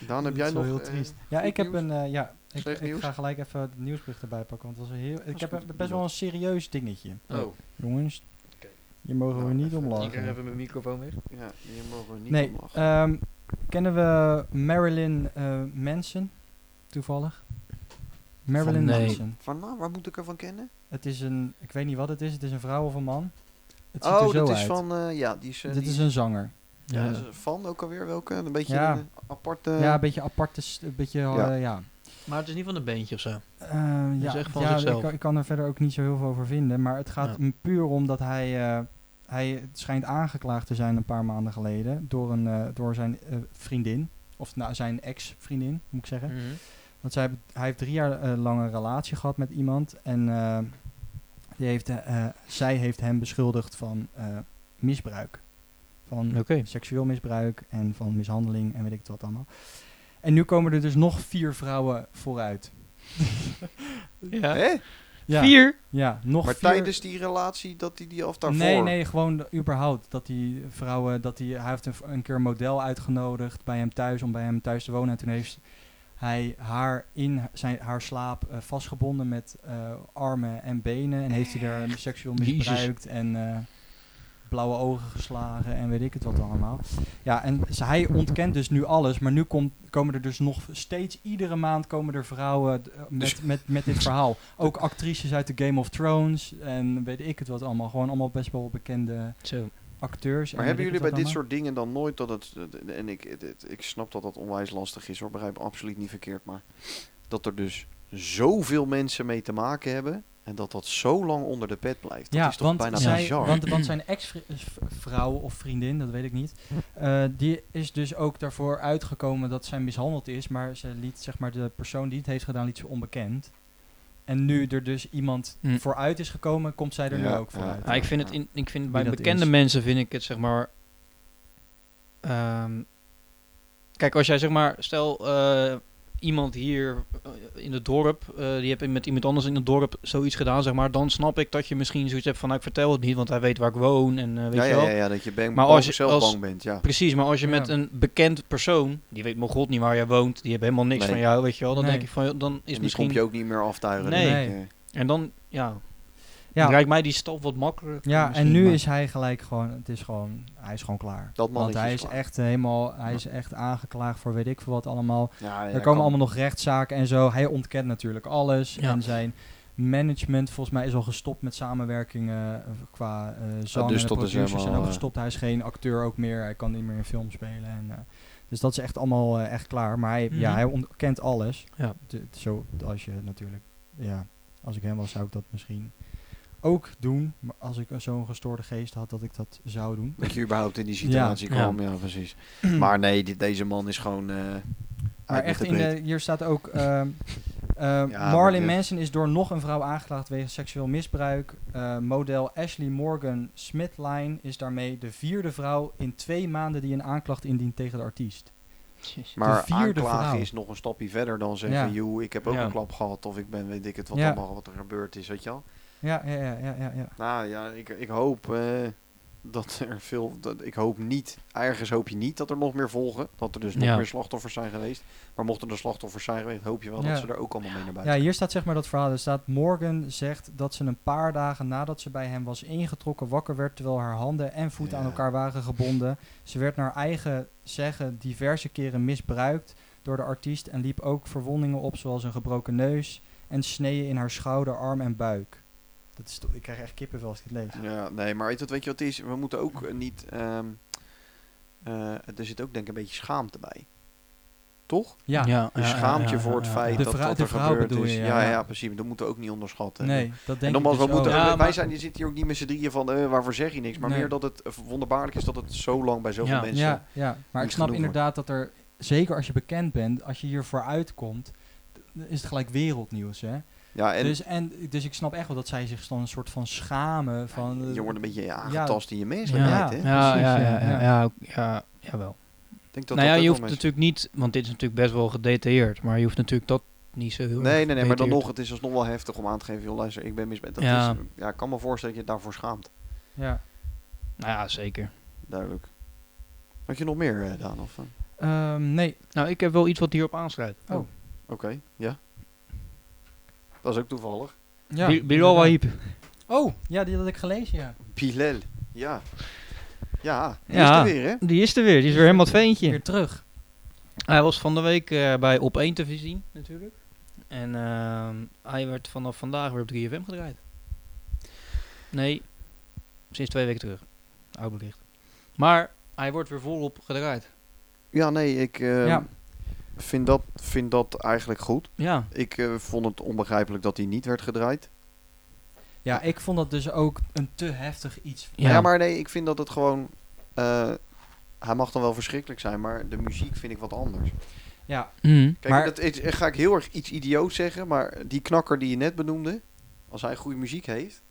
Speaker 3: Daan, heb
Speaker 2: Dat
Speaker 3: jij
Speaker 2: is wel
Speaker 3: nog...
Speaker 2: heel
Speaker 3: eh,
Speaker 2: triest. Ja,
Speaker 3: goed
Speaker 2: ik heb
Speaker 3: nieuws?
Speaker 2: een. eh, ja, ik,
Speaker 3: Slecht
Speaker 2: ik
Speaker 3: nieuws?
Speaker 2: ga gelijk even de nieuwsbrief erbij pakken. Want het was een heel, ik
Speaker 3: is
Speaker 2: heb
Speaker 3: goed.
Speaker 2: een- best wel een serieus dingetje.
Speaker 3: Oh,
Speaker 2: Jongens,
Speaker 3: Oké.
Speaker 2: hier mogen
Speaker 3: Nou,
Speaker 2: we niet
Speaker 3: even-
Speaker 2: om
Speaker 3: ik
Speaker 1: Ik krijg
Speaker 2: lachen.
Speaker 1: even mijn microfoon weg.
Speaker 3: ja, hier mogen we niet
Speaker 2: Nee,
Speaker 3: om lachen.
Speaker 2: ehm, kennen we Marilyn eh, Manson? Toevallig. Marilyn
Speaker 1: nee.
Speaker 2: Manson.
Speaker 3: Van nou, waar moet ik ervan kennen?
Speaker 2: Het is een. Ik weet niet wat het is. Het is een vrouw of een man. Het ziet er
Speaker 3: Oh,
Speaker 2: zo
Speaker 3: dat is
Speaker 2: uit.
Speaker 3: van... eh, ja, die is... eh,
Speaker 2: Dit
Speaker 3: die
Speaker 2: is een zanger.
Speaker 3: ja,
Speaker 1: Ja.
Speaker 3: dat is van ook alweer welke? Een beetje
Speaker 2: Ja.
Speaker 3: een eh, aparte...
Speaker 2: ja, een beetje aparte. st- Een beetje. eh,
Speaker 3: Ja.
Speaker 2: ja.
Speaker 1: Maar het is niet van een bandje of zo.
Speaker 2: Eh, ja,
Speaker 1: is echt van
Speaker 2: ja,
Speaker 1: zichzelf.
Speaker 2: Ik, kan- ik kan er verder ook niet zo heel veel over vinden. Maar het gaat
Speaker 1: Ja.
Speaker 2: m- puur om dat hij, eh, hij schijnt aangeklaagd te zijn een paar maanden geleden door, een, eh, door zijn eh, vriendin. Of nou, zijn ex-vriendin, moet ik zeggen.
Speaker 1: Mhm.
Speaker 2: Want zij, hebben- hij heeft drie jaar eh, lang een relatie gehad met iemand. En eh, die heeft, eh, eh, zij heeft hem beschuldigd van eh, misbruik. Van
Speaker 3: Hm.
Speaker 1: Oké.
Speaker 2: seksueel misbruik en van mishandeling en weet ik het wat allemaal. En nu komen er dus nog vier vrouwen vooruit.
Speaker 1: Ja.
Speaker 3: Hè?
Speaker 2: Ja.
Speaker 1: Vier.
Speaker 2: Ja, nog
Speaker 3: Maar
Speaker 2: vier-
Speaker 3: tijdens die relatie dat hij die af daarvoor...
Speaker 2: Nee, nee, gewoon de- überhaupt. Dat die vrouwen, dat die, hij heeft een, v- een keer een model uitgenodigd bij hem thuis, om bij hem thuis te wonen. En toen heeft hij haar in zijn, haar slaap eh, vastgebonden met eh, armen en benen. En heeft hij er seksueel
Speaker 1: Jezus.
Speaker 2: misbruikt en eh, blauwe ogen geslagen en weet ik het wat allemaal. Ja, en ze- hij ontkent dus nu alles. Maar nu komt, komen er dus nog steeds, iedere maand komen er vrouwen eh,
Speaker 3: Dus-
Speaker 2: met, met, met dit verhaal. Ook actrices uit de Game of Thrones en weet ik het wat allemaal. Gewoon allemaal best wel bekende
Speaker 1: Zo.
Speaker 2: acteurs.
Speaker 3: Maar
Speaker 2: en
Speaker 3: hebben
Speaker 2: weet
Speaker 3: jullie
Speaker 2: ik het
Speaker 3: bij dit
Speaker 2: wat
Speaker 3: soort dingen dan nooit dat het... dat- En ik, het- het- ik snap dat dat onwijs lastig is hoor, begrijp me absoluut niet verkeerd. Maar dat er dus zoveel mensen mee te maken hebben... En dat dat zo lang onder de pet blijft. Dat
Speaker 2: allemaal.
Speaker 3: is toch bijna
Speaker 2: zij,
Speaker 3: bizar.
Speaker 2: Want, want zijn ex-vrouw of vriendin, dat weet ik niet, eh, die is dus ook daarvoor uitgekomen dat zij mishandeld is. Maar ze liet, zeg maar, de persoon die het heeft gedaan, liet ze onbekend. En nu er dus iemand
Speaker 1: Hm.
Speaker 2: vooruit is gekomen, komt zij er nu
Speaker 3: Hmm. Ja,
Speaker 2: ook
Speaker 3: ja.
Speaker 2: vooruit.
Speaker 1: Ja, ik vind het in, ik vind bij
Speaker 2: dat
Speaker 1: bekende
Speaker 2: is.
Speaker 1: mensen vind ik het zeg maar. ehm, kijk, als jij zeg maar, stel eh, iemand hier eh, in het dorp, eh, die heb met iemand anders in het dorp zoiets gedaan, zeg maar, dan snap ik dat je misschien zoiets hebt van, nou, ik vertel het niet, want hij weet waar ik woon en eh, weet
Speaker 3: ja,
Speaker 1: je
Speaker 3: ja,
Speaker 1: wel.
Speaker 3: ja, ja, dat je bang,
Speaker 1: Maar
Speaker 3: bang-
Speaker 1: als je-
Speaker 3: zelf
Speaker 1: als-
Speaker 3: bang bent, ja.
Speaker 1: Precies, maar als je
Speaker 2: Ja.
Speaker 1: met een bekend persoon, die weet mijn god niet waar jij woont, die heeft helemaal niks
Speaker 3: Nee.
Speaker 1: van jou, weet je wel, dan
Speaker 2: Nee.
Speaker 1: denk ik van, joh, dan is
Speaker 3: Is die
Speaker 1: misschien.
Speaker 3: kom je ook niet meer aftuigen.
Speaker 1: Nee.
Speaker 3: denk ik,
Speaker 2: Nee.
Speaker 3: eh.
Speaker 1: En dan, ja,
Speaker 2: Ja.
Speaker 1: lijkt mij die stap wat makkelijker.
Speaker 2: Ja, en
Speaker 1: misschien,
Speaker 2: nu
Speaker 1: maar-
Speaker 2: is hij gelijk gewoon, het is gewoon, hij is gewoon klaar.
Speaker 3: Dat
Speaker 2: Want
Speaker 3: mannetje
Speaker 2: hij
Speaker 3: is dus
Speaker 2: is
Speaker 3: klaar.
Speaker 2: echt helemaal, hij
Speaker 3: Ja.
Speaker 2: is echt aangeklaagd voor weet ik veel wat allemaal.
Speaker 3: Ja, ja,
Speaker 2: er
Speaker 3: dat
Speaker 2: komen
Speaker 3: kan.
Speaker 2: allemaal nog rechtszaken en zo. Hij ontkent natuurlijk alles.
Speaker 1: Ja.
Speaker 2: En zijn management volgens mij is al gestopt met samenwerkingen eh, qua eh zang
Speaker 3: dus
Speaker 2: en de
Speaker 3: dat is
Speaker 2: producers zijn
Speaker 3: helemaal,
Speaker 2: ook
Speaker 3: eh,
Speaker 2: gestopt. Hij is geen acteur ook meer. Hij kan niet meer in film spelen. En, eh, dus dat is echt allemaal eh, echt klaar. Maar hij, ja,
Speaker 1: Mhm.
Speaker 2: hij ontkent alles.
Speaker 1: Ja.
Speaker 2: De- zo als je natuurlijk, ja, als ik hem was zou ik dat misschien ook doen maar als ik zo'n gestoorde geest had, dat ik dat zou doen.
Speaker 3: Dat je überhaupt in die situatie
Speaker 5: Ja.
Speaker 3: kwam, ja, precies. Maar nee, dit- deze man is gewoon. eh, uit
Speaker 2: Maar
Speaker 3: met
Speaker 2: echt,
Speaker 3: de
Speaker 2: in
Speaker 3: breed.
Speaker 2: de, hier staat ook... ehm, eh,
Speaker 3: maar
Speaker 2: Marlin
Speaker 3: dit-
Speaker 2: Manson is door nog een vrouw aangeklaagd wegens seksueel misbruik. Eh, model Ashley Morgan Smithline is daarmee de vierde vrouw in twee maanden die een aanklacht indient tegen de artiest.
Speaker 3: Maar
Speaker 2: vierde
Speaker 3: aanklagen
Speaker 2: vrouw.
Speaker 3: is nog een stapje verder dan zeggen:
Speaker 2: Ja.
Speaker 3: joh, ik heb ook
Speaker 5: Ja.
Speaker 3: een klap gehad. Of ik ben, weet ik het, wat
Speaker 2: Ja.
Speaker 3: allemaal wat er gebeurd is, weet je wel.
Speaker 2: Ja, ja, ja, ja, ja. ja.
Speaker 3: Nou ja, ik, ik hoop eh, dat er veel. Dat, ik hoop niet. Ergens hoop je niet dat er nog meer volgen. Dat er dus nog
Speaker 5: Ja.
Speaker 3: meer slachtoffers zijn geweest. Maar mochten er slachtoffers zijn geweest, hoop je wel
Speaker 2: Ja.
Speaker 3: dat ze er ook allemaal mee naar
Speaker 2: Ja,
Speaker 3: buiten.
Speaker 2: hier staat zeg maar dat verhaal. Er staat Morgan zegt dat ze een paar dagen nadat ze bij hem was ingetrokken wakker werd terwijl haar handen en voeten
Speaker 3: Ja.
Speaker 2: aan elkaar waren gebonden. Ze werd naar eigen zeggen diverse keren misbruikt door de artiest en liep ook verwondingen op zoals een gebroken neus en sneeën in haar schouder, arm en buik. Dat is toch, ik krijg echt kippenvel als ik dit lees.
Speaker 3: Ja, nee, maar weet je, wat- weet je wat het is? We moeten ook eh, niet. ehm, eh, er zit ook denk ik een beetje schaamte bij. Toch?
Speaker 2: Ja,
Speaker 5: ja,
Speaker 3: Dus schaamt je voor het feit
Speaker 2: De
Speaker 3: dat
Speaker 2: vrou-
Speaker 3: dat
Speaker 2: de
Speaker 3: er
Speaker 2: vrouw
Speaker 3: gebeurd
Speaker 2: bedoel
Speaker 3: is.
Speaker 2: je,
Speaker 3: ja,
Speaker 2: ja,
Speaker 3: ja,
Speaker 2: ja.
Speaker 3: precies. Dat moeten we ook niet onderschatten.
Speaker 2: nee, dat denk
Speaker 3: En
Speaker 2: ik
Speaker 3: nogmaals,
Speaker 2: dus
Speaker 3: we moeten,
Speaker 2: ook.
Speaker 1: Ja,
Speaker 3: wij
Speaker 1: maar-
Speaker 3: zijn, je zit hier ook niet met z'n drieën van, eh, waarvoor zeg je niks? Maar
Speaker 2: Nee.
Speaker 3: meer dat het eh, wonderbaarlijk is dat het zo lang bij zoveel
Speaker 5: Ja.
Speaker 3: mensen...
Speaker 2: Ja, ja, maar ik
Speaker 3: niet
Speaker 2: snap
Speaker 3: genoeg
Speaker 2: inderdaad dat er, zeker als je bekend bent, als je hier vooruit komt, d- dan is het gelijk wereldnieuws, hè?
Speaker 3: Ja, en
Speaker 2: dus, en, dus ik snap echt wel dat zij zich dan een soort van schamen van... eh,
Speaker 3: je wordt een beetje aangetast in je menselijkheid,
Speaker 5: Ja,
Speaker 3: hè?
Speaker 5: ja,
Speaker 2: Precies,
Speaker 5: ja,
Speaker 2: ja,
Speaker 5: ja,
Speaker 2: ja.
Speaker 5: ja, ja, ja, jawel.
Speaker 3: Ik denk dat
Speaker 5: Nou ja,
Speaker 3: dat ook
Speaker 5: je
Speaker 3: wel
Speaker 5: hoeft
Speaker 3: mensen-
Speaker 5: natuurlijk niet, want dit is natuurlijk best wel gedetailleerd, maar je hoeft natuurlijk dat niet zo heel
Speaker 3: Nee,
Speaker 5: erg
Speaker 3: nee, nee, maar dan nog,
Speaker 5: gedetailleerd.
Speaker 3: het is alsnog wel heftig om aan te geven, joh, luister, ik ben misbruikt. Dat
Speaker 5: Ja.
Speaker 3: is, ja, ik kan me voorstellen dat je je daarvoor schaamt.
Speaker 2: Ja.
Speaker 5: Nou ja, zeker.
Speaker 3: Duidelijk. Had je nog meer, eh Daan? Of, eh?
Speaker 2: Ehm, nee,
Speaker 5: Nou, ik heb wel iets wat hierop aansluit.
Speaker 2: Oh.
Speaker 3: Oké, ja. Dat is ook toevallig.
Speaker 2: ja.
Speaker 5: Bi- Bilal Wahib.
Speaker 2: Oh, ja, die had ik gelezen, ja.
Speaker 3: Bilal, ja. Ja, die
Speaker 5: Ja.
Speaker 3: is er weer, hè?
Speaker 5: Die is er weer, die is weer helemaal het veentje.
Speaker 2: Weer terug.
Speaker 5: Hij was van de week eh, bij Op 1 te zien, natuurlijk. En ehm, hij werd vanaf vandaag weer op 3FM gedraaid. Nee, sinds twee weken terug. Oud bericht. Maar hij wordt weer volop gedraaid.
Speaker 3: Ja, nee, ik eh,
Speaker 2: Ja.
Speaker 3: vind, dat, vind dat eigenlijk goed.
Speaker 5: Ja,
Speaker 3: Ik eh, vond het onbegrijpelijk dat hij niet werd gedraaid.
Speaker 2: Ja, ik vond dat dus ook een te heftig iets.
Speaker 3: Nou Ja, maar nee, ik vind dat het gewoon... eh, hij mag dan wel verschrikkelijk zijn, maar de muziek vind ik wat anders.
Speaker 2: Ja,
Speaker 5: Mm.
Speaker 3: Kijk,
Speaker 2: Maar-
Speaker 3: dat is, eh, ga ik heel erg iets idioot zeggen, maar die knakker die je net benoemde, als hij goede muziek heeft,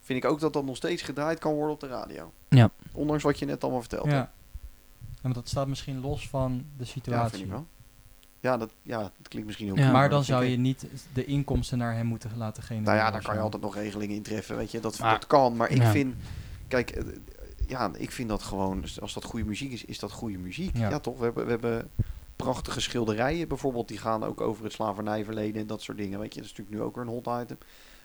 Speaker 3: vind ik ook dat dat nog steeds gedraaid kan worden op de radio.
Speaker 5: Ja.
Speaker 3: Ondanks wat je net allemaal verteld
Speaker 2: ja.
Speaker 3: hebt.
Speaker 2: ja. Want dat staat misschien los van de
Speaker 3: Ja,
Speaker 2: situatie.
Speaker 3: vind ik wel. Ja, dat, ja, dat klinkt misschien heel
Speaker 5: Ja.
Speaker 3: kut,
Speaker 5: Maar
Speaker 2: Maar
Speaker 3: dat
Speaker 2: dan zou
Speaker 3: vind ik-
Speaker 2: je niet de inkomsten naar hem moeten laten genereren.
Speaker 3: Nou ja,
Speaker 2: of
Speaker 3: daar kan
Speaker 2: zo.
Speaker 3: je altijd nog regelingen in treffen, weet je. Dat,
Speaker 5: Maar-
Speaker 3: dat kan, maar ik
Speaker 5: Ja.
Speaker 3: vind... Kijk, eh, eh, ja, ik vind dat gewoon... dus Als dat goede muziek is, is dat goede muziek. Ja,
Speaker 2: Ja.
Speaker 3: toch? We hebben, we hebben prachtige schilderijen bijvoorbeeld. Die gaan ook over het slavernijverleden en dat soort dingen, weet je. Dat is natuurlijk nu ook weer een hot item.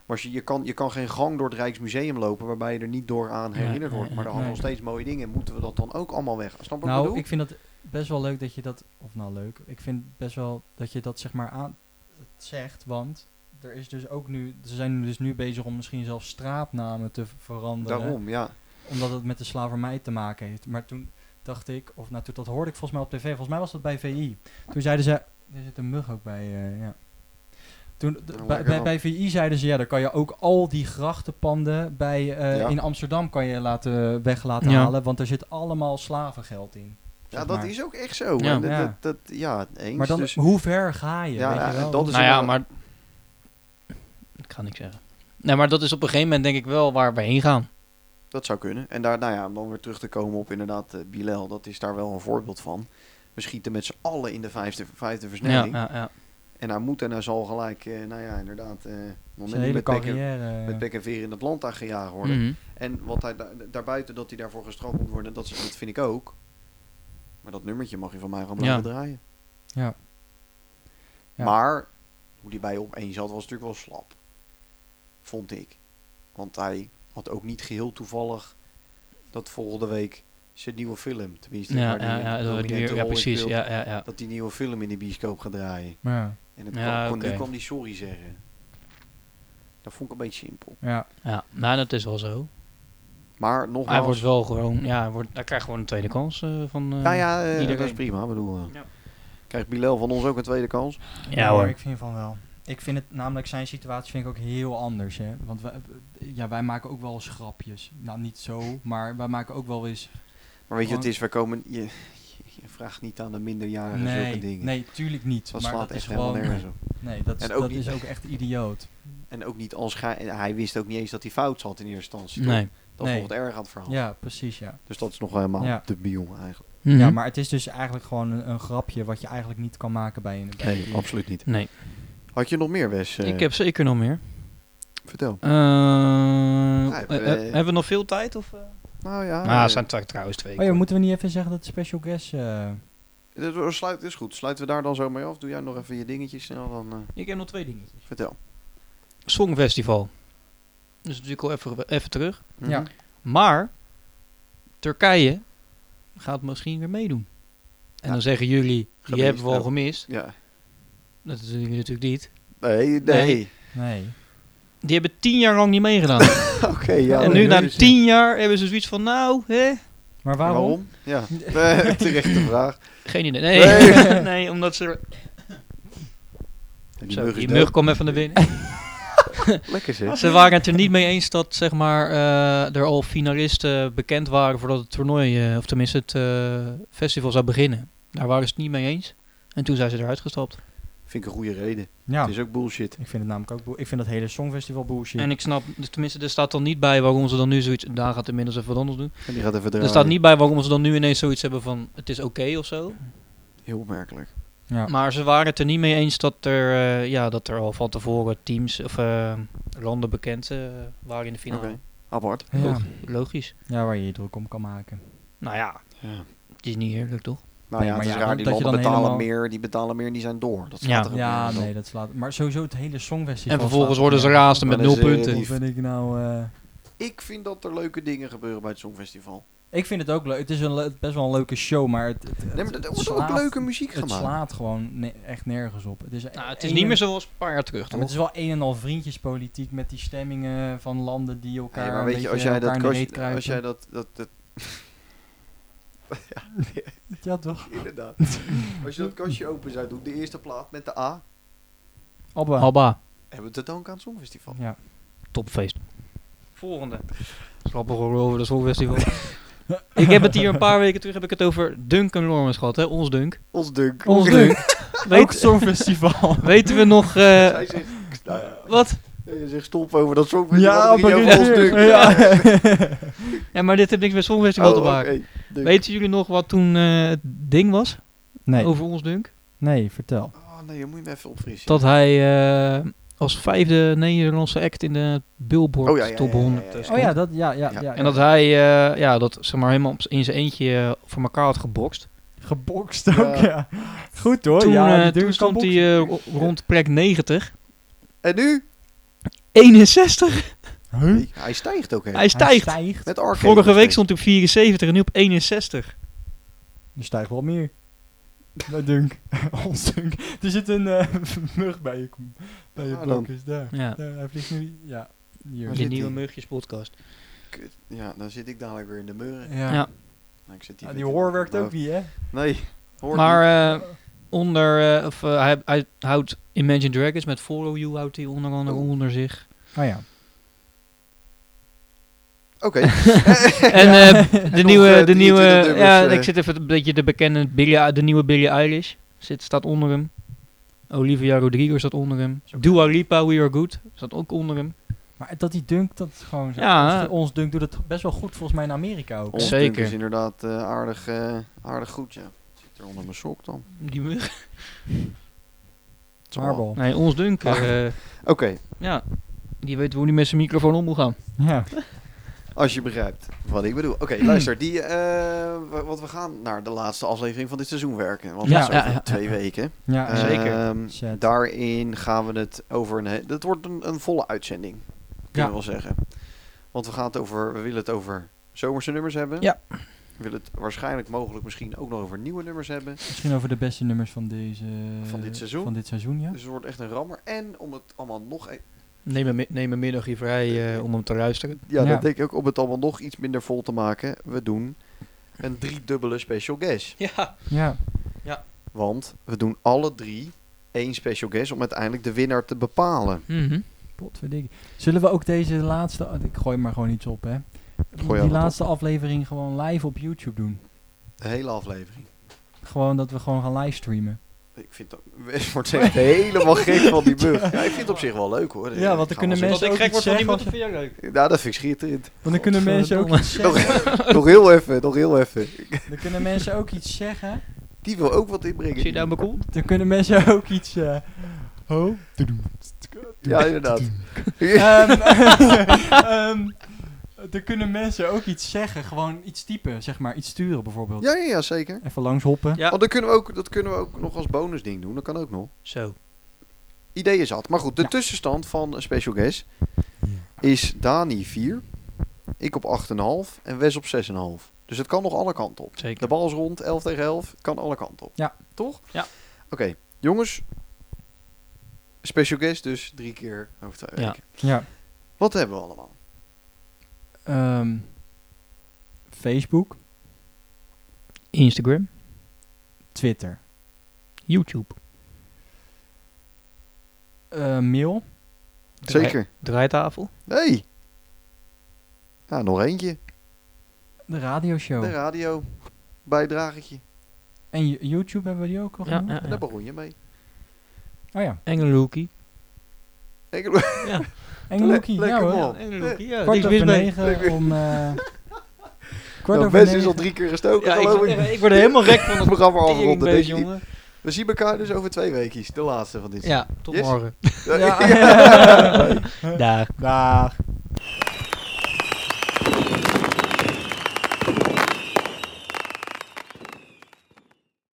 Speaker 3: Maar als je, je, kan, je kan geen gang door het Rijksmuseum lopen... waarbij je er niet door aan
Speaker 5: Nee,
Speaker 3: herinnerd
Speaker 5: nee,
Speaker 3: wordt. Maar er hangen nog
Speaker 2: nee.
Speaker 3: steeds mooie dingen. Moeten we dat dan ook allemaal weg? Snap je wat ik
Speaker 2: Nou,
Speaker 3: bedoel?
Speaker 2: ik vind dat best wel leuk dat je dat... Of nou leuk. Ik vind best wel dat je dat zeg maar aan het zegt. Want er is dus ook nu... Ze zijn dus nu bezig om misschien zelfs straatnamen te v- veranderen.
Speaker 3: Daarom, ja.
Speaker 2: Omdat het met de slavernij te maken heeft. Maar toen dacht ik... Of nou, toen, dat hoorde ik volgens mij op tv. Volgens mij was dat bij VI. Toen zeiden ze... Er zit een mug ook bij, eh, ja. Toen, d-
Speaker 3: Nou,
Speaker 2: bij,
Speaker 3: lekker
Speaker 2: bij, bij VI zeiden ze, ja, dan kan je ook al die grachtenpanden bij, eh,
Speaker 3: Ja.
Speaker 2: in Amsterdam kan je laten, weg laten
Speaker 5: Ja.
Speaker 2: halen, want er zit allemaal slavengeld in.
Speaker 3: Ja,
Speaker 2: zeg
Speaker 3: dat
Speaker 2: maar.
Speaker 3: is ook echt zo.
Speaker 5: Ja.
Speaker 3: En dat,
Speaker 2: Ja.
Speaker 3: dat, dat- ja, eens.
Speaker 2: Maar dan,
Speaker 3: Dus-
Speaker 2: hoe ver ga je?
Speaker 3: Ja,
Speaker 2: weet
Speaker 3: ja,
Speaker 2: je wel?
Speaker 3: dat is-
Speaker 5: Nou ja,
Speaker 3: wel-
Speaker 5: maar... Ik ga niks zeggen. Nee, maar dat is op een gegeven moment denk ik wel waar we heen gaan.
Speaker 3: Dat zou kunnen. En daar, nou ja, om dan weer terug te komen op inderdaad eh, Bilal, dat is daar wel een voorbeeld van. We schieten met z'n allen in de vijfde, vijfde
Speaker 5: Ja,
Speaker 3: versnelling.
Speaker 5: ja, ja.
Speaker 3: En hij moet en hij zal gelijk, eh, nou ja, inderdaad, eh, nog
Speaker 2: zijn
Speaker 3: net niet
Speaker 2: hele
Speaker 3: met pek, en,
Speaker 2: carrière. eh,
Speaker 3: met pek en veer in het land daar gejaagd worden.
Speaker 5: Mhm.
Speaker 3: En wat hij da- daarbuiten dat hij daarvoor gestraft moet worden, dat, is, dat vind ik ook. Maar dat nummertje mag je van mij gewoon blijven
Speaker 5: Ja.
Speaker 3: draaien.
Speaker 2: Ja. Ja.
Speaker 3: Maar hoe die bij op één zat, was natuurlijk wel slap. Vond ik. Want hij had ook niet geheel toevallig dat volgende week zijn nieuwe film. Tenminste,
Speaker 5: Ja,
Speaker 3: waar die
Speaker 5: ja,
Speaker 3: een
Speaker 5: ja, dat wordt
Speaker 3: prominente
Speaker 5: hier- ja,
Speaker 3: rol in
Speaker 5: precies.
Speaker 3: speelt,
Speaker 5: Ja, ja, ja.
Speaker 3: Dat die nieuwe film in de bioscoop gaat draaien.
Speaker 2: ja,
Speaker 3: En het
Speaker 5: Ja,
Speaker 3: kwam, kon- nu
Speaker 5: oké.
Speaker 3: kwam die sorry zeggen. Dat vond ik een beetje simpel.
Speaker 2: ja.
Speaker 5: Ja, nou, dat is wel zo.
Speaker 3: Maar
Speaker 5: Hij wordt
Speaker 3: nogmaals,
Speaker 5: wel gewoon, ja, hij, wordt, hij krijgt gewoon een tweede kans eh, van.
Speaker 1: Mm,
Speaker 5: eh,
Speaker 3: Nou ja, eh, dat
Speaker 5: iedereen.
Speaker 3: is prima. Ik bedoel, eh,
Speaker 5: Ja.
Speaker 3: krijgt Bilal van ons ook een tweede kans?
Speaker 5: ja hoor.
Speaker 2: ik vind van wel. Ik vind het namelijk zijn situatie vind ik ook heel anders. Hè? Want wij, ja, wij maken ook wel eens grapjes. Nou, niet zo, maar wij maken ook wel eens.
Speaker 3: Maar weet je, wat het is, we komen. Je, je vraagt niet aan de minderjarigen zulke
Speaker 2: nee,
Speaker 3: dingen.
Speaker 2: nee, tuurlijk niet.
Speaker 3: dat
Speaker 2: maar
Speaker 3: slaat
Speaker 2: dat
Speaker 3: echt
Speaker 2: is
Speaker 3: helemaal
Speaker 2: gewoon.
Speaker 3: nergens op.
Speaker 2: Nee, dat, is,
Speaker 3: En ook
Speaker 2: dat
Speaker 3: niet-
Speaker 2: is ook echt idioot.
Speaker 3: En ook niet als gij, en hij wist ook niet eens dat hij fout zat in eerste instantie. toch?
Speaker 1: Nee.
Speaker 3: Dat
Speaker 2: Nee.
Speaker 3: vond het erg aan het verhaal.
Speaker 2: Ja, precies, ja.
Speaker 3: Dus dat is nog helemaal
Speaker 2: Ja.
Speaker 3: de bion eigenlijk.
Speaker 2: Ja,
Speaker 1: Mhm.
Speaker 2: maar het is dus eigenlijk gewoon een, een grapje wat je eigenlijk niet kan maken bij een. bij
Speaker 3: Nee,
Speaker 2: een-
Speaker 3: absoluut niet.
Speaker 1: Nee,
Speaker 3: Mm. Had je nog meer, Wes? eh,
Speaker 1: ik heb zeker nog meer.
Speaker 3: Vertel.
Speaker 1: Eh,
Speaker 3: heb-
Speaker 1: eh,
Speaker 3: eh,
Speaker 1: eh, hebben we nog veel tijd? Of, eh?
Speaker 3: Nou ja,
Speaker 1: ah,
Speaker 3: eh,
Speaker 1: het zijn trouw- trouwens twee.
Speaker 2: Oh ja, moeten we niet even zeggen dat de special guest. eh,
Speaker 3: dat dat sluit, is goed. Sluiten we daar dan zo mee af? Doe jij nog even je dingetjes snel, dan eh,
Speaker 1: Ik heb nog twee dingetjes.
Speaker 3: vertel.
Speaker 1: Songfestival. Dus natuurlijk al even, even terug.
Speaker 3: Mhm.
Speaker 2: Ja.
Speaker 1: Maar Turkije gaat misschien weer meedoen. En
Speaker 3: Ja.
Speaker 1: dan zeggen jullie, die
Speaker 3: Gemist,
Speaker 1: hebben we al
Speaker 3: ja.
Speaker 1: gemist.
Speaker 3: ja.
Speaker 1: Dat doen jullie natuurlijk niet.
Speaker 3: Nee, nee.
Speaker 1: Nee.
Speaker 2: Nee.
Speaker 1: Die hebben tien jaar lang niet meegedaan.
Speaker 3: Oké, ja.
Speaker 1: en
Speaker 2: dat
Speaker 1: nu
Speaker 2: is
Speaker 1: na
Speaker 2: juist, ja.
Speaker 1: tien jaar hebben ze zoiets van, nou, hè?
Speaker 2: Maar waarom?
Speaker 3: Ja, Eh, terechte vraag.
Speaker 1: Geen idee. Nee, nee. omdat ze...
Speaker 3: En
Speaker 1: Die, Zo,
Speaker 3: mug is
Speaker 1: die
Speaker 3: dood.
Speaker 1: mug kwam even naar binnen.
Speaker 3: Lekker zeg.
Speaker 1: ze waren het er niet mee eens dat, zeg maar, eh, er al finalisten bekend waren voordat het toernooi, eh, of tenminste het eh, festival zou beginnen. Daar waren ze het niet mee eens. En toen zijn ze eruit gestapt.
Speaker 3: Vind ik een goede reden.
Speaker 2: Ja,
Speaker 3: Het is ook bullshit.
Speaker 2: ik vind het namelijk ook. boe- Ik vind dat hele Songfestival bullshit.
Speaker 1: En ik snap, dus tenminste, er staat dan niet bij waarom ze dan nu zoiets. Daar gaat inmiddels even wat anders doen.
Speaker 3: En die gaat
Speaker 2: Dus
Speaker 3: even draaien.
Speaker 1: Er staat niet bij waarom ze dan nu ineens zoiets hebben van het is oké of zo.
Speaker 3: Heel opmerkelijk.
Speaker 2: ja.
Speaker 1: Maar ze waren het er niet mee eens dat er, eh, ja, dat er al van tevoren teams of eh, landen bekend eh, waren in de
Speaker 3: Oké.
Speaker 1: finale.
Speaker 3: Apart.
Speaker 2: ja.
Speaker 1: Logisch.
Speaker 2: ja, waar je je druk om kan maken.
Speaker 1: Nou ja,
Speaker 3: Ja.
Speaker 1: het is niet eerlijk toch?
Speaker 3: Nou
Speaker 2: Nee,
Speaker 3: ja,
Speaker 2: maar
Speaker 3: het is
Speaker 2: ja,
Speaker 3: raar.
Speaker 2: dat-
Speaker 3: Die
Speaker 2: dat je
Speaker 3: landen
Speaker 2: dan
Speaker 3: betalen
Speaker 2: helemaal-
Speaker 3: meer, die betalen meer en die zijn door. Dat
Speaker 1: Ja.
Speaker 3: staat er ook
Speaker 2: Ja,
Speaker 3: nergens op.
Speaker 2: nee, dat slaat. Maar sowieso het hele Songfestival.
Speaker 1: En vervolgens
Speaker 2: slaat-
Speaker 1: worden ze
Speaker 2: ja.
Speaker 1: raasden met
Speaker 3: Dan
Speaker 1: nul
Speaker 3: is, eh,
Speaker 1: punten.
Speaker 2: Hoe vind ik nou. eh,
Speaker 3: Ik vind dat er leuke dingen gebeuren bij het Songfestival.
Speaker 2: Ik vind het ook leuk. Het is een, le- best wel een leuke show, maar het, het,
Speaker 3: Nee, maar
Speaker 2: het
Speaker 3: er wordt ook
Speaker 2: slaat-
Speaker 3: leuke muziek
Speaker 2: Het
Speaker 3: gemaakt.
Speaker 2: slaat gewoon ne- echt nergens op. Het is,
Speaker 1: Nou, het
Speaker 2: een
Speaker 1: is
Speaker 2: en-
Speaker 1: niet meer zoals een paar jaar terug
Speaker 2: Ja, maar
Speaker 1: toch?
Speaker 2: het is wel een en al vriendjespolitiek met die stemmingen van landen die elkaar.
Speaker 3: Hey, maar
Speaker 2: een
Speaker 3: weet je,
Speaker 2: beetje
Speaker 3: als jij
Speaker 2: elkaar
Speaker 3: dat...
Speaker 2: in de reet
Speaker 3: Als,
Speaker 2: kruipen.
Speaker 3: als jij dat... dat, dat
Speaker 2: Ja, toch?
Speaker 3: inderdaad. als je dat kastje open zou doen, de eerste plaat met de A,
Speaker 2: Abba.
Speaker 1: Alba,
Speaker 3: hebben we het dan ook aan het Songfestival.
Speaker 2: Ja.
Speaker 1: topfeest. Volgende. Slappig hoor over de Songfestival. ik heb het hier een paar weken terug heb ik het over Duncan Lawrence gehad, hè? Ons Dunk.
Speaker 3: Ons dunk.
Speaker 2: Ons leuk. ook
Speaker 1: Weet,
Speaker 2: Songfestival.
Speaker 1: weten we nog... eh,
Speaker 3: Zij zegt... Nou ja,
Speaker 1: wat?
Speaker 3: je zegt stop over dat Songfestival.
Speaker 2: Ja,
Speaker 3: dan begin je
Speaker 2: op een
Speaker 3: over ons
Speaker 2: keer.
Speaker 3: dunk.
Speaker 2: Ja.
Speaker 1: Ja, maar dit heeft niks met Songfestival
Speaker 3: Oh,
Speaker 1: te maken.
Speaker 3: oké, dunk.
Speaker 1: Weten jullie nog wat toen eh, het ding was?
Speaker 2: Nee,
Speaker 1: Over ons Dunk?
Speaker 2: nee, vertel.
Speaker 3: Oh nee, je moet je me even opfrissen.
Speaker 1: Dat hij eh, als vijfde Nederlandse act in de Billboard
Speaker 3: Oh, ja, ja, ja,
Speaker 1: Top
Speaker 3: ja, ja,
Speaker 1: 100
Speaker 3: ja.
Speaker 1: stond.
Speaker 2: Oh ja, dat, ja, ja,
Speaker 3: Ja.
Speaker 2: ja.
Speaker 1: En dat hij eh, ja, dat, zeg maar, helemaal op z- in zijn eentje eh, voor elkaar had gebokst.
Speaker 2: gebokst ook, ja. Goed hoor,
Speaker 1: toen
Speaker 2: ja.
Speaker 1: eh,
Speaker 2: die
Speaker 1: toen
Speaker 2: dude
Speaker 1: stond
Speaker 2: kan
Speaker 1: hij eh, ro- rond plek 90.
Speaker 3: En nu?
Speaker 1: 61!
Speaker 2: boksen. Huh?
Speaker 3: Nee, Hij stijgt ook, hè.
Speaker 1: Hij
Speaker 2: Hij
Speaker 1: eh, stijgt.
Speaker 2: stijgt.
Speaker 3: Met Arcade.
Speaker 1: Vorige
Speaker 3: nog
Speaker 1: week
Speaker 3: steeds.
Speaker 1: stond hij op 74 en nu op 61.
Speaker 2: Je stijgt wel meer. Dat dunk. Ons dunk. Er zit een eh, mug bij je, bij je
Speaker 3: Ah, dan.
Speaker 2: blokjes. Daar.
Speaker 1: Ja.
Speaker 2: Daar, Hij vliegt nu... Ja. Hier.
Speaker 3: Waar
Speaker 1: De
Speaker 3: zit
Speaker 1: nieuwe
Speaker 3: hij?
Speaker 1: Mugjes podcast.
Speaker 3: Kut. Ja, dan zit ik dadelijk weer in de muren.
Speaker 2: Ja.
Speaker 1: Ja.
Speaker 3: Nou, ik zit
Speaker 2: Ja,
Speaker 3: hier
Speaker 2: die
Speaker 3: weer-
Speaker 2: hoor werkt
Speaker 3: Nou,
Speaker 2: ook niet, hè?
Speaker 3: Nee, hoor
Speaker 1: Maar
Speaker 3: niet.
Speaker 1: eh, onder, eh, of, eh, hij, hij houdt Imagine Dragons met Follow You houdt hij onder andere
Speaker 3: Oh.
Speaker 1: onder zich.
Speaker 2: Oh ja.
Speaker 3: Oké.
Speaker 1: En eh, de
Speaker 3: Nog,
Speaker 1: nieuwe,
Speaker 3: eh,
Speaker 1: de
Speaker 3: drie
Speaker 1: nieuwe,
Speaker 3: twintig
Speaker 1: ja,
Speaker 3: nummers, eh.
Speaker 1: ik zit even een beetje de bekende, Billie, de nieuwe Billie Eilish zit, staat onder hem. Olivia Rodrigo staat onder hem. Dua Lipa, We Are Good, staat ook onder hem.
Speaker 2: Maar dat die dunk, dat is gewoon zo.
Speaker 1: Ja.
Speaker 2: Ons- Ons dunk doet het best wel goed volgens mij in Amerika ook.
Speaker 3: Ons
Speaker 1: Zeker.
Speaker 3: punt is inderdaad eh, aardig, eh, aardig goed, ja. Zit er onder mijn sok dan.
Speaker 1: Die mug.
Speaker 3: Zal wel.
Speaker 2: Marble.
Speaker 1: Nee, ons Dunker. eh,
Speaker 3: Oké,
Speaker 1: ja, die weet hoe hij met zijn microfoon om moet gaan.
Speaker 2: Ja.
Speaker 3: als je begrijpt wat ik bedoel. Oké, luister, die, eh, wa- want we gaan naar de laatste aflevering van dit seizoen werken. Want
Speaker 2: Ja,
Speaker 3: dat is
Speaker 1: ja,
Speaker 3: over
Speaker 1: ja,
Speaker 3: twee weken.
Speaker 2: Ja,
Speaker 1: Eh, zeker.
Speaker 3: Ehm,
Speaker 2: Zet.
Speaker 3: daarin gaan we het over een... he- Dat wordt een, een volle uitzending, kun je
Speaker 2: Ja.
Speaker 3: wel zeggen. Want we, gaan het over, we willen het over zomerse nummers hebben.
Speaker 1: Ja.
Speaker 3: We willen het waarschijnlijk mogelijk misschien ook nog over nieuwe nummers hebben.
Speaker 2: Misschien over de beste nummers van deze...
Speaker 3: Van dit seizoen?
Speaker 2: Van dit seizoen, ja.
Speaker 3: Dus het wordt echt een rammer. En om het allemaal nog... e-
Speaker 1: Neem een, mi- neem een middag hier vrij eh, om hem te luisteren.
Speaker 3: Ja,
Speaker 2: Ja.
Speaker 3: dat denk ik ook. Om het allemaal nog iets minder vol te maken. We doen een driedubbele special guest.
Speaker 1: Ja.
Speaker 2: Ja.
Speaker 3: Want we doen alle drie één special guest om uiteindelijk de winnaar te bepalen.
Speaker 5: Mhm.
Speaker 2: Potverdikke. Zullen we ook deze laatste... oh, Ik gooi maar gewoon iets op, hè.
Speaker 3: alles
Speaker 2: die
Speaker 3: op.
Speaker 2: laatste aflevering gewoon live op YouTube doen.
Speaker 3: De hele aflevering.
Speaker 2: Gewoon dat we gewoon gaan livestreamen.
Speaker 3: Ik vind dat... Wes wordt echt helemaal gek van die bug. Ja, ik vind het op zich wel leuk hoor.
Speaker 2: Ja, want
Speaker 3: Ik
Speaker 2: dan
Speaker 3: ga
Speaker 2: kunnen
Speaker 3: wel
Speaker 1: Dat
Speaker 2: mensen
Speaker 1: ik
Speaker 2: ook
Speaker 1: gek word
Speaker 2: iets
Speaker 1: van
Speaker 2: zeggen
Speaker 1: iemand,
Speaker 2: als
Speaker 1: dat vind jij leuk.
Speaker 3: zeggen- Ja, dat vind ik schitterend.
Speaker 2: Want dan kunnen mensen ook
Speaker 5: Godverdomme.
Speaker 2: iets zeggen.
Speaker 3: nog heel even, nog heel even.
Speaker 2: Dan kunnen mensen ook iets zeggen.
Speaker 3: Die wil ook wat inbrengen.
Speaker 5: Zit je daar mijn kont?
Speaker 2: Dan kunnen mensen ook iets... eh oh.
Speaker 3: Ja, inderdaad.
Speaker 2: Ehm, ehm, dan kunnen mensen ook iets zeggen. Gewoon iets typen, zeg maar. Iets sturen bijvoorbeeld.
Speaker 3: Ja, ja, ja, zeker.
Speaker 2: Even langs hoppen.
Speaker 5: Ja.
Speaker 3: Oh, dat, kunnen we ook, dat kunnen we ook nog als bonusding doen. Dat kan ook nog.
Speaker 5: Zo.
Speaker 3: Ideeën zat. Maar goed, de
Speaker 2: Ja.
Speaker 3: tussenstand van Special Guest is Dani 4, ik op 8,5 en Wes op 6,5. Dus het kan nog alle kanten op.
Speaker 5: Zeker.
Speaker 3: De bal is rond, 11 tegen 11, kan alle kanten op.
Speaker 2: Ja.
Speaker 3: Toch?
Speaker 5: Ja.
Speaker 3: Oké, jongens. Special Guest dus drie keer over twee
Speaker 5: Ja.
Speaker 3: weken.
Speaker 2: Ja.
Speaker 3: Wat hebben we allemaal?
Speaker 2: Ehm, Facebook,
Speaker 5: Instagram,
Speaker 2: Twitter,
Speaker 5: YouTube.
Speaker 2: eh, mail.
Speaker 5: Draai-
Speaker 3: Zeker.
Speaker 5: Draaitafel.
Speaker 3: Hey. Ja, nog eentje.
Speaker 2: De radioshow.
Speaker 5: Oh.
Speaker 3: De radio. Bijdragetje.
Speaker 2: en Yo- YouTube hebben we die ook al
Speaker 5: Ja,
Speaker 2: genoemd?
Speaker 5: ja,
Speaker 3: En
Speaker 5: ja.
Speaker 3: daar begon je mee.
Speaker 2: Oh ja.
Speaker 5: Engelhoekie.
Speaker 3: Ik
Speaker 2: Engelhoekie.
Speaker 3: lekker
Speaker 2: ja hoor.
Speaker 3: man.
Speaker 5: Engelhoekie, ja.
Speaker 2: Kwart
Speaker 5: niks mis
Speaker 2: over
Speaker 5: mee.
Speaker 2: negen om... eh, kwart
Speaker 3: Nou,
Speaker 2: over
Speaker 3: Wes is
Speaker 2: negen.
Speaker 3: al drie keer gestoken,
Speaker 5: Ja, ik,
Speaker 3: geloof ik.
Speaker 5: word- ik word er helemaal gek van.
Speaker 3: We gaan maar afronden.
Speaker 5: Tering,
Speaker 3: denk
Speaker 5: deze
Speaker 3: ik.
Speaker 5: jongen.
Speaker 3: We zien elkaar dus over twee weken. De laatste van dit
Speaker 5: Ja, tot
Speaker 3: Yes.
Speaker 5: morgen.
Speaker 3: seizoen.
Speaker 2: Ja.
Speaker 5: Daar.
Speaker 2: Dag.